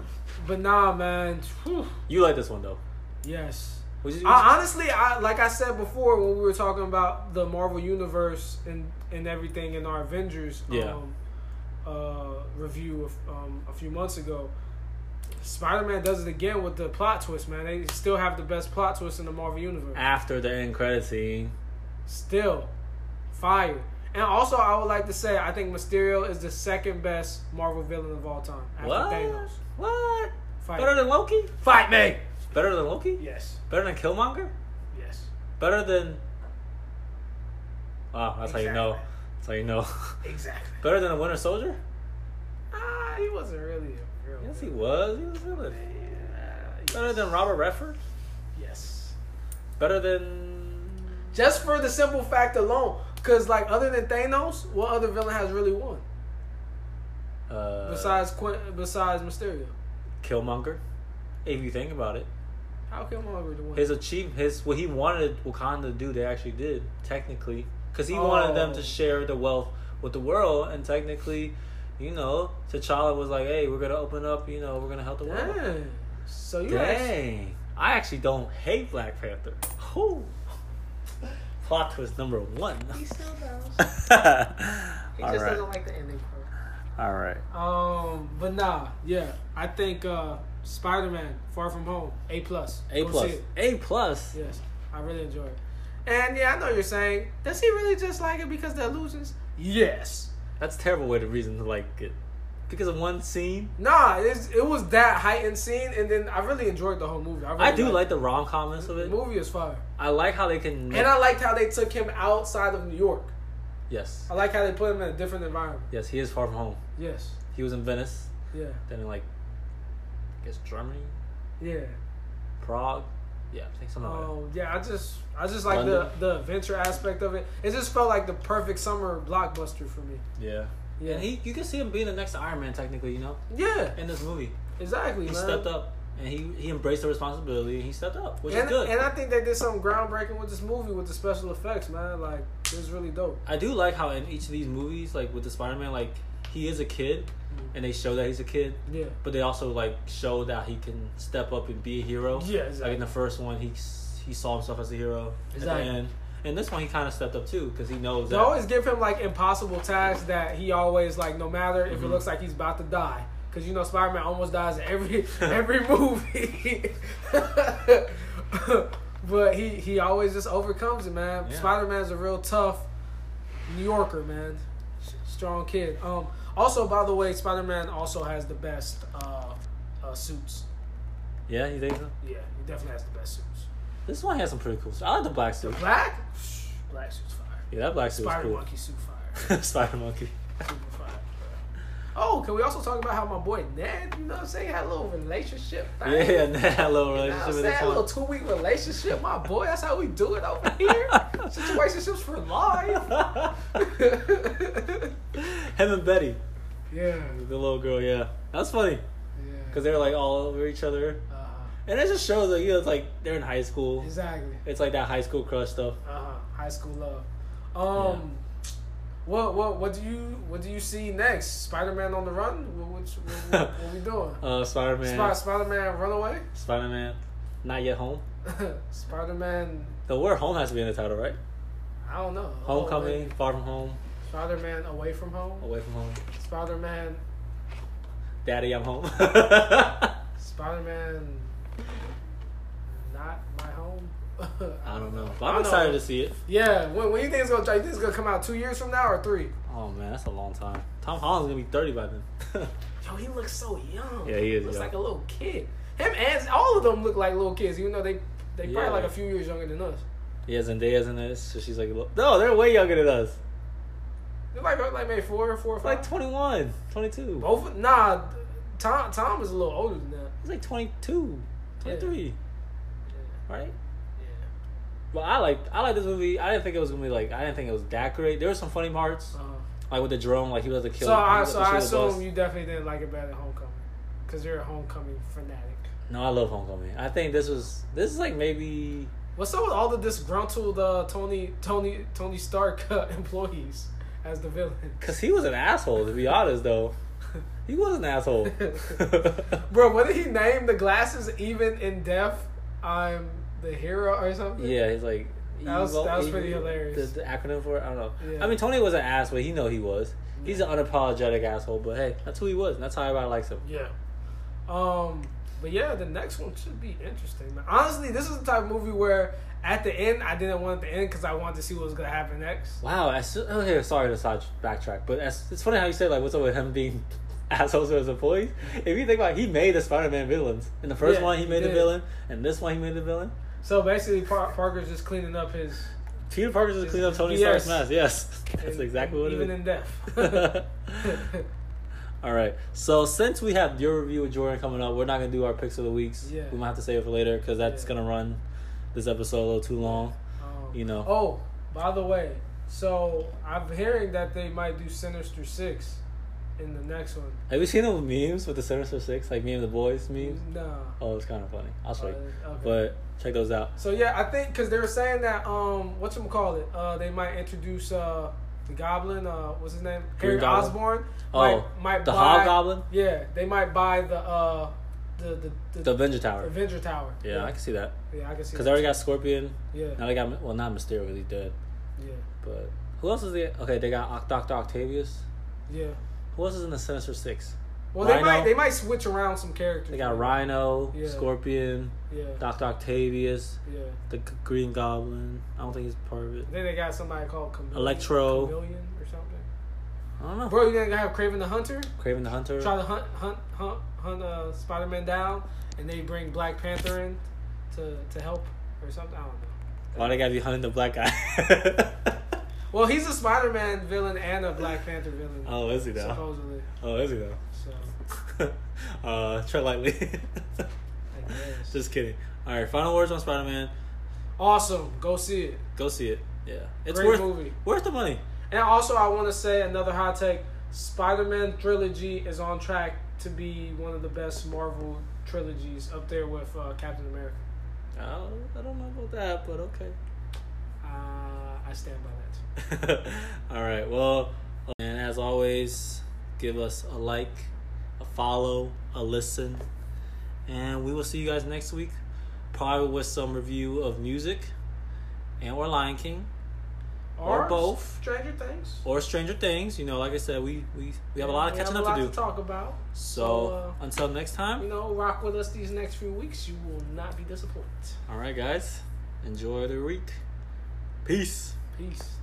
Speaker 1: but nah, man. Whew.
Speaker 2: you like this one though.
Speaker 1: Yes.
Speaker 2: Which is,
Speaker 1: I, honestly, I like I said before when we were talking about the Marvel Universe and and everything in our Avengers
Speaker 2: Yeah.
Speaker 1: um, uh, review of, um, a few months ago. Spider Man does it again with the plot twist, man. They still have the best plot twist in the Marvel Universe.
Speaker 2: after the end credit scene.
Speaker 1: Still, fire. And also, I would like to say I think Mysterio is the second best Marvel villain of all time after
Speaker 2: What?
Speaker 1: Thanos.
Speaker 2: What?
Speaker 1: Fight.
Speaker 2: Better than Loki?
Speaker 1: Fight me.
Speaker 2: Better than Loki?
Speaker 1: Yes.
Speaker 2: Better than Killmonger?
Speaker 1: Yes.
Speaker 2: Better than. Wow, that's how you know. That's how you know. [laughs]
Speaker 1: Exactly.
Speaker 2: Better than a Winter Soldier?
Speaker 1: Ah, he wasn't really a real.
Speaker 2: Yes, he
Speaker 1: villain.
Speaker 2: was. He was good. Better than Robert Redford?
Speaker 1: Ah, Yes.
Speaker 2: Better than.
Speaker 1: Just for the simple fact alone, because like other than Thanos, what other villain has really won
Speaker 2: Uh,
Speaker 1: besides Quin- besides Mysterio?
Speaker 2: Killmonger? If you think about it,
Speaker 1: How can Marvel the win?
Speaker 2: his achievement, his what he wanted Wakanda to do, they actually did technically, because he
Speaker 1: Oh.
Speaker 2: wanted them to share the wealth with the world, and technically, you know, T'Challa was like, "Hey, we're gonna open up, you know, we're gonna help the world."
Speaker 1: Dang. So you actually-
Speaker 2: Dang. I actually don't hate Black Panther. Whew. [laughs] Plot twist number one. [laughs]
Speaker 6: He still knows.
Speaker 2: All
Speaker 6: He just
Speaker 2: right.
Speaker 6: doesn't like the ending part.
Speaker 2: All right.
Speaker 1: um, but nah, yeah, I think uh Spider Man Far From Home A plus
Speaker 2: A
Speaker 1: Go
Speaker 2: plus.
Speaker 1: see it.
Speaker 2: A plus.
Speaker 1: Yes, I really enjoy it. And yeah, I know you're saying, does he really just like it because the illusions? Yes.
Speaker 2: That's a terrible way to reason to like it, because of one scene.
Speaker 1: Nah, it's, it was that heightened scene, and then I really enjoyed the whole movie. I, really
Speaker 2: I do
Speaker 1: liked
Speaker 2: like the rom comments of
Speaker 1: it. the
Speaker 2: it.
Speaker 1: movie is fire.
Speaker 2: I like how they can.
Speaker 1: And I liked how they took him outside of New York.
Speaker 2: yes.
Speaker 1: I like how they put him in a different environment.
Speaker 2: Yes, he is far from home.
Speaker 1: Yes.
Speaker 2: He was in Venice,
Speaker 1: Yeah.
Speaker 2: then in like, I guess Germany,
Speaker 1: Yeah.
Speaker 2: Prague. Yeah, I think something like
Speaker 1: Um, yeah, I just I just like the,
Speaker 2: London.
Speaker 1: the adventure aspect of it. It just felt like the perfect summer blockbuster for me.
Speaker 2: that. Yeah.
Speaker 1: Yeah.
Speaker 2: And he, you can see him being the next Iron Man, technically, you know,
Speaker 1: yeah,
Speaker 2: in this movie.
Speaker 1: exactly.
Speaker 2: He
Speaker 1: man.
Speaker 2: stepped up and he, he embraced the responsibility and he stepped up, which
Speaker 1: and,
Speaker 2: is good.
Speaker 1: and I think they did something groundbreaking with this movie with the special effects, man. Like, it was really dope.
Speaker 2: I do like how in each of these movies, like with the Spider Man, like he is a kid and they show that he's a kid,
Speaker 1: Mm-hmm. Yeah.
Speaker 2: but they also like show that he can step up and be a hero.
Speaker 1: Yeah,
Speaker 2: Like
Speaker 1: exactly.
Speaker 2: in the first one, he s- he saw himself as a hero.
Speaker 1: Exactly.
Speaker 2: And and this one, he kind of stepped up too because he knows
Speaker 1: They
Speaker 2: that.
Speaker 1: always give him like impossible tasks that he always like, no matter if
Speaker 2: Mm-hmm.
Speaker 1: it looks like he's about to die, because you know Spider Man almost dies in every
Speaker 2: [laughs]
Speaker 1: every movie. [laughs] but he he always just overcomes it, man.
Speaker 2: Yeah.
Speaker 1: Spider Man's a real tough New Yorker, man. S- Strong kid. Um. Also, by the way, Spider Man also has the best uh, uh suits.
Speaker 2: yeah, he thinks so.
Speaker 1: Yeah, he definitely has the best suits.
Speaker 2: This one has some pretty cool stuff. I like the black suit.
Speaker 1: Black, Psh, black suit's fire.
Speaker 2: Yeah, that black suit was
Speaker 1: Spider
Speaker 2: cool.
Speaker 1: monkey suit fire.
Speaker 2: [laughs] Spider Monkey.
Speaker 1: Super fire, bro. Oh, can we also talk about how my boy Ned, you know what I'm saying, had a little relationship thing?
Speaker 2: Yeah, and that [laughs] had a little
Speaker 1: You know what
Speaker 2: relationship
Speaker 1: I'm
Speaker 2: with
Speaker 1: saying?
Speaker 2: this
Speaker 1: A little
Speaker 2: one.
Speaker 1: two week relationship, my boy. That's how we do it
Speaker 2: [laughs]
Speaker 1: over here. Situationships for life.
Speaker 2: [laughs] Him and Betty,
Speaker 1: [laughs] yeah,
Speaker 2: the little girl. Yeah, that's funny
Speaker 1: yeah.
Speaker 2: because they're like all over each other,
Speaker 1: Uh,
Speaker 2: and it just shows that you know it's like they're in high school.
Speaker 1: exactly.
Speaker 2: It's like that high school crush stuff.
Speaker 1: Uh huh. High school love. Um, what what what do you what do you see next? Spider Man on the run? What what, what, what, what we
Speaker 2: [laughs]
Speaker 1: doing?
Speaker 2: Uh, Spider Man,
Speaker 1: Spider Man Runaway? [laughs]
Speaker 2: Spider Man, not yet home.
Speaker 1: Spider Man.
Speaker 2: The word home has to be in the title, right?
Speaker 1: I don't know.
Speaker 2: Homecoming, Oh. far from home,
Speaker 1: Spider Man away from home.
Speaker 2: away from home. [laughs]
Speaker 1: Spider Man,
Speaker 2: Daddy, I'm home. [laughs]
Speaker 1: Spider Man, not my home. [laughs]
Speaker 2: I don't know, but
Speaker 1: I
Speaker 2: I'm
Speaker 1: don't
Speaker 2: excited
Speaker 1: know.
Speaker 2: to see it.
Speaker 1: yeah, when, when you think it's gonna you think it's gonna come out two years from now or three?
Speaker 2: Oh man, that's a long time. Tom Holland's gonna be 30 by then. [laughs]
Speaker 1: Yo, he looks so young.
Speaker 2: Yeah, he is
Speaker 1: Looks
Speaker 2: young.
Speaker 1: like a little kid. Him and all of them look like little kids, even though they they
Speaker 2: Yeah.
Speaker 1: probably like a few years younger than us.
Speaker 2: yeah, Zendaya's in this, so she's like, no, they're way younger than us.
Speaker 1: They're like like maybe four or four or five.
Speaker 2: Like 21, 22.
Speaker 1: Both nah, Tom Tom is a little older than that.
Speaker 2: He's like 22, 23, right?
Speaker 1: Yeah.
Speaker 2: But I like I like this movie. I didn't think it was gonna be like I didn't think it was that great. There were some funny parts,
Speaker 1: Uh,
Speaker 2: like with the drone, like he was a killer.
Speaker 1: so I so I assume you definitely didn't like it better than Homecoming, because you're a Homecoming fanatic.
Speaker 2: No, I love Homecoming. I think this was this is like maybe
Speaker 1: What's up with all the disgruntled uh, Tony Tony Tony Stark [laughs] uh, employees as the villain? [laughs]
Speaker 2: because he was an asshole. To be honest, though, he was
Speaker 1: [laughs]
Speaker 2: an asshole.
Speaker 1: Bro, what did he name the glasses? Even in death, I'm the hero or something.
Speaker 2: Yeah, he's like.
Speaker 1: That was-
Speaker 2: evil-
Speaker 1: that was
Speaker 2: evil-
Speaker 1: pretty hilarious.
Speaker 2: The, the acronym for it, I don't know.
Speaker 1: Yeah.
Speaker 2: I mean, Tony was an asshole. He know he was. He's an unapologetic asshole, but hey, that's who he was. And that's how everybody likes him.
Speaker 1: Yeah. Um, but yeah, the next one should be interesting. man. Honestly, this is the type of movie where at the end I didn't want it to end because I wanted to see what was gonna happen next.
Speaker 2: Wow. As soon, okay, sorry to side backtrack, but as, it's funny how you said like, what's up with him being [laughs] assholes to his employees? If you think about, it, he made the Spider-Man villains. In the first
Speaker 1: Yeah,
Speaker 2: one, he
Speaker 1: he
Speaker 2: made the
Speaker 1: did.
Speaker 2: villain, and this one, he made the villain.
Speaker 1: So basically, Par- Parker's just cleaning up his.
Speaker 2: Peter Parker's just cleaning up Tony
Speaker 1: Yes.
Speaker 2: Stark's mess. Yes, [laughs] that's
Speaker 1: and-
Speaker 2: exactly what it
Speaker 1: Even
Speaker 2: is.
Speaker 1: in death. [laughs]
Speaker 2: [laughs]
Speaker 1: Um,
Speaker 2: All right. So since we have your review with Jordan coming up, we're not gonna do our picks of the weeks.
Speaker 1: Yeah.
Speaker 2: We might have to save it for later because that's
Speaker 1: Yeah.
Speaker 2: gonna run this episode a little too long.
Speaker 1: Um,
Speaker 2: You know.
Speaker 1: Oh, by the way, so I'm hearing that they might do Sinister Six in the next one.
Speaker 2: Have you seen the memes with the Sinister Six, like me and the boys memes?
Speaker 1: Nah.
Speaker 2: Oh, it's kind of funny. I'll show you.
Speaker 1: Mm-hmm. Uh, okay.
Speaker 2: But check those out.
Speaker 1: So yeah, I think because they were saying that um, what call it? Uh, they might introduce uh the Goblin. Uh, what's his name? Harry
Speaker 2: Green Goblin.
Speaker 1: Osborn.
Speaker 2: Oh,
Speaker 1: buy,
Speaker 2: the Hobgoblin?
Speaker 1: Yeah, they might buy the uh the the, the,
Speaker 2: The Avenger Tower.
Speaker 1: Avenger Tower.
Speaker 2: Yeah, I can see that.
Speaker 1: yeah, I can see.
Speaker 2: Cause
Speaker 1: that.
Speaker 2: they already got Scorpion.
Speaker 1: Yeah,
Speaker 2: Now they got well, not Mysterio, 'cause he's dead.
Speaker 1: yeah,
Speaker 2: But who else is there? Okay, they got Oc- Doctor Octavius.
Speaker 1: yeah.
Speaker 2: Who else is in the Sinister Six?
Speaker 1: Well,
Speaker 2: Rhino.
Speaker 1: they might they might switch around some characters.
Speaker 2: They got Rhino,
Speaker 1: Yeah.
Speaker 2: Scorpion,
Speaker 1: Yeah,
Speaker 2: Doctor Octavius,
Speaker 1: yeah.
Speaker 2: the G- Green Goblin. I don't think he's part of it.
Speaker 1: Then they got somebody called Chameleon,
Speaker 2: Electro.
Speaker 1: Chameleon or something.
Speaker 2: I don't know.
Speaker 1: Bro, you didn't have Craven the Hunter
Speaker 2: Craven the Hunter.
Speaker 1: try to hunt hunt hunt hunt uh, Spider Man down, and they bring Black Panther in to to help or something. I don't know.
Speaker 2: Why they gotta be hunting the black guy? [laughs]
Speaker 1: Well, he's a Spider Man villain and a Black Panther villain.
Speaker 2: oh, is he though?
Speaker 1: supposedly.
Speaker 2: Oh, is he
Speaker 1: So
Speaker 2: though? [laughs] uh, tread lightly. [laughs]
Speaker 1: I guess.
Speaker 2: Just kidding. All right, final words on Spider Man.
Speaker 1: awesome. Go see it.
Speaker 2: Go see it. Yeah, it's
Speaker 1: Great
Speaker 2: worth
Speaker 1: movie.
Speaker 2: worth the money.
Speaker 1: And also, I want to say another hot take: Spider Man trilogy is on track to be one of the best Marvel trilogies, up there with uh, Captain America.
Speaker 2: I don't, I don't know about that, but okay.
Speaker 1: Uh, I stand by that.
Speaker 2: [laughs] All right. Well, and as always, give us a like, a follow, a listen, and we will see you guys next week, probably with some review of music, and or Lion King, Or both.
Speaker 1: Stranger Things.
Speaker 2: or Stranger Things. You know, like I said, we we, we have a lot of
Speaker 1: We have
Speaker 2: catching
Speaker 1: a
Speaker 2: up
Speaker 1: lot
Speaker 2: to do.
Speaker 1: talk about.
Speaker 2: so
Speaker 1: So, uh,
Speaker 2: until next
Speaker 1: You
Speaker 2: time.
Speaker 1: know, rock with us these next few weeks. You will not be disappointed.
Speaker 2: All right, guys. Enjoy the week. Peace.
Speaker 1: Peace.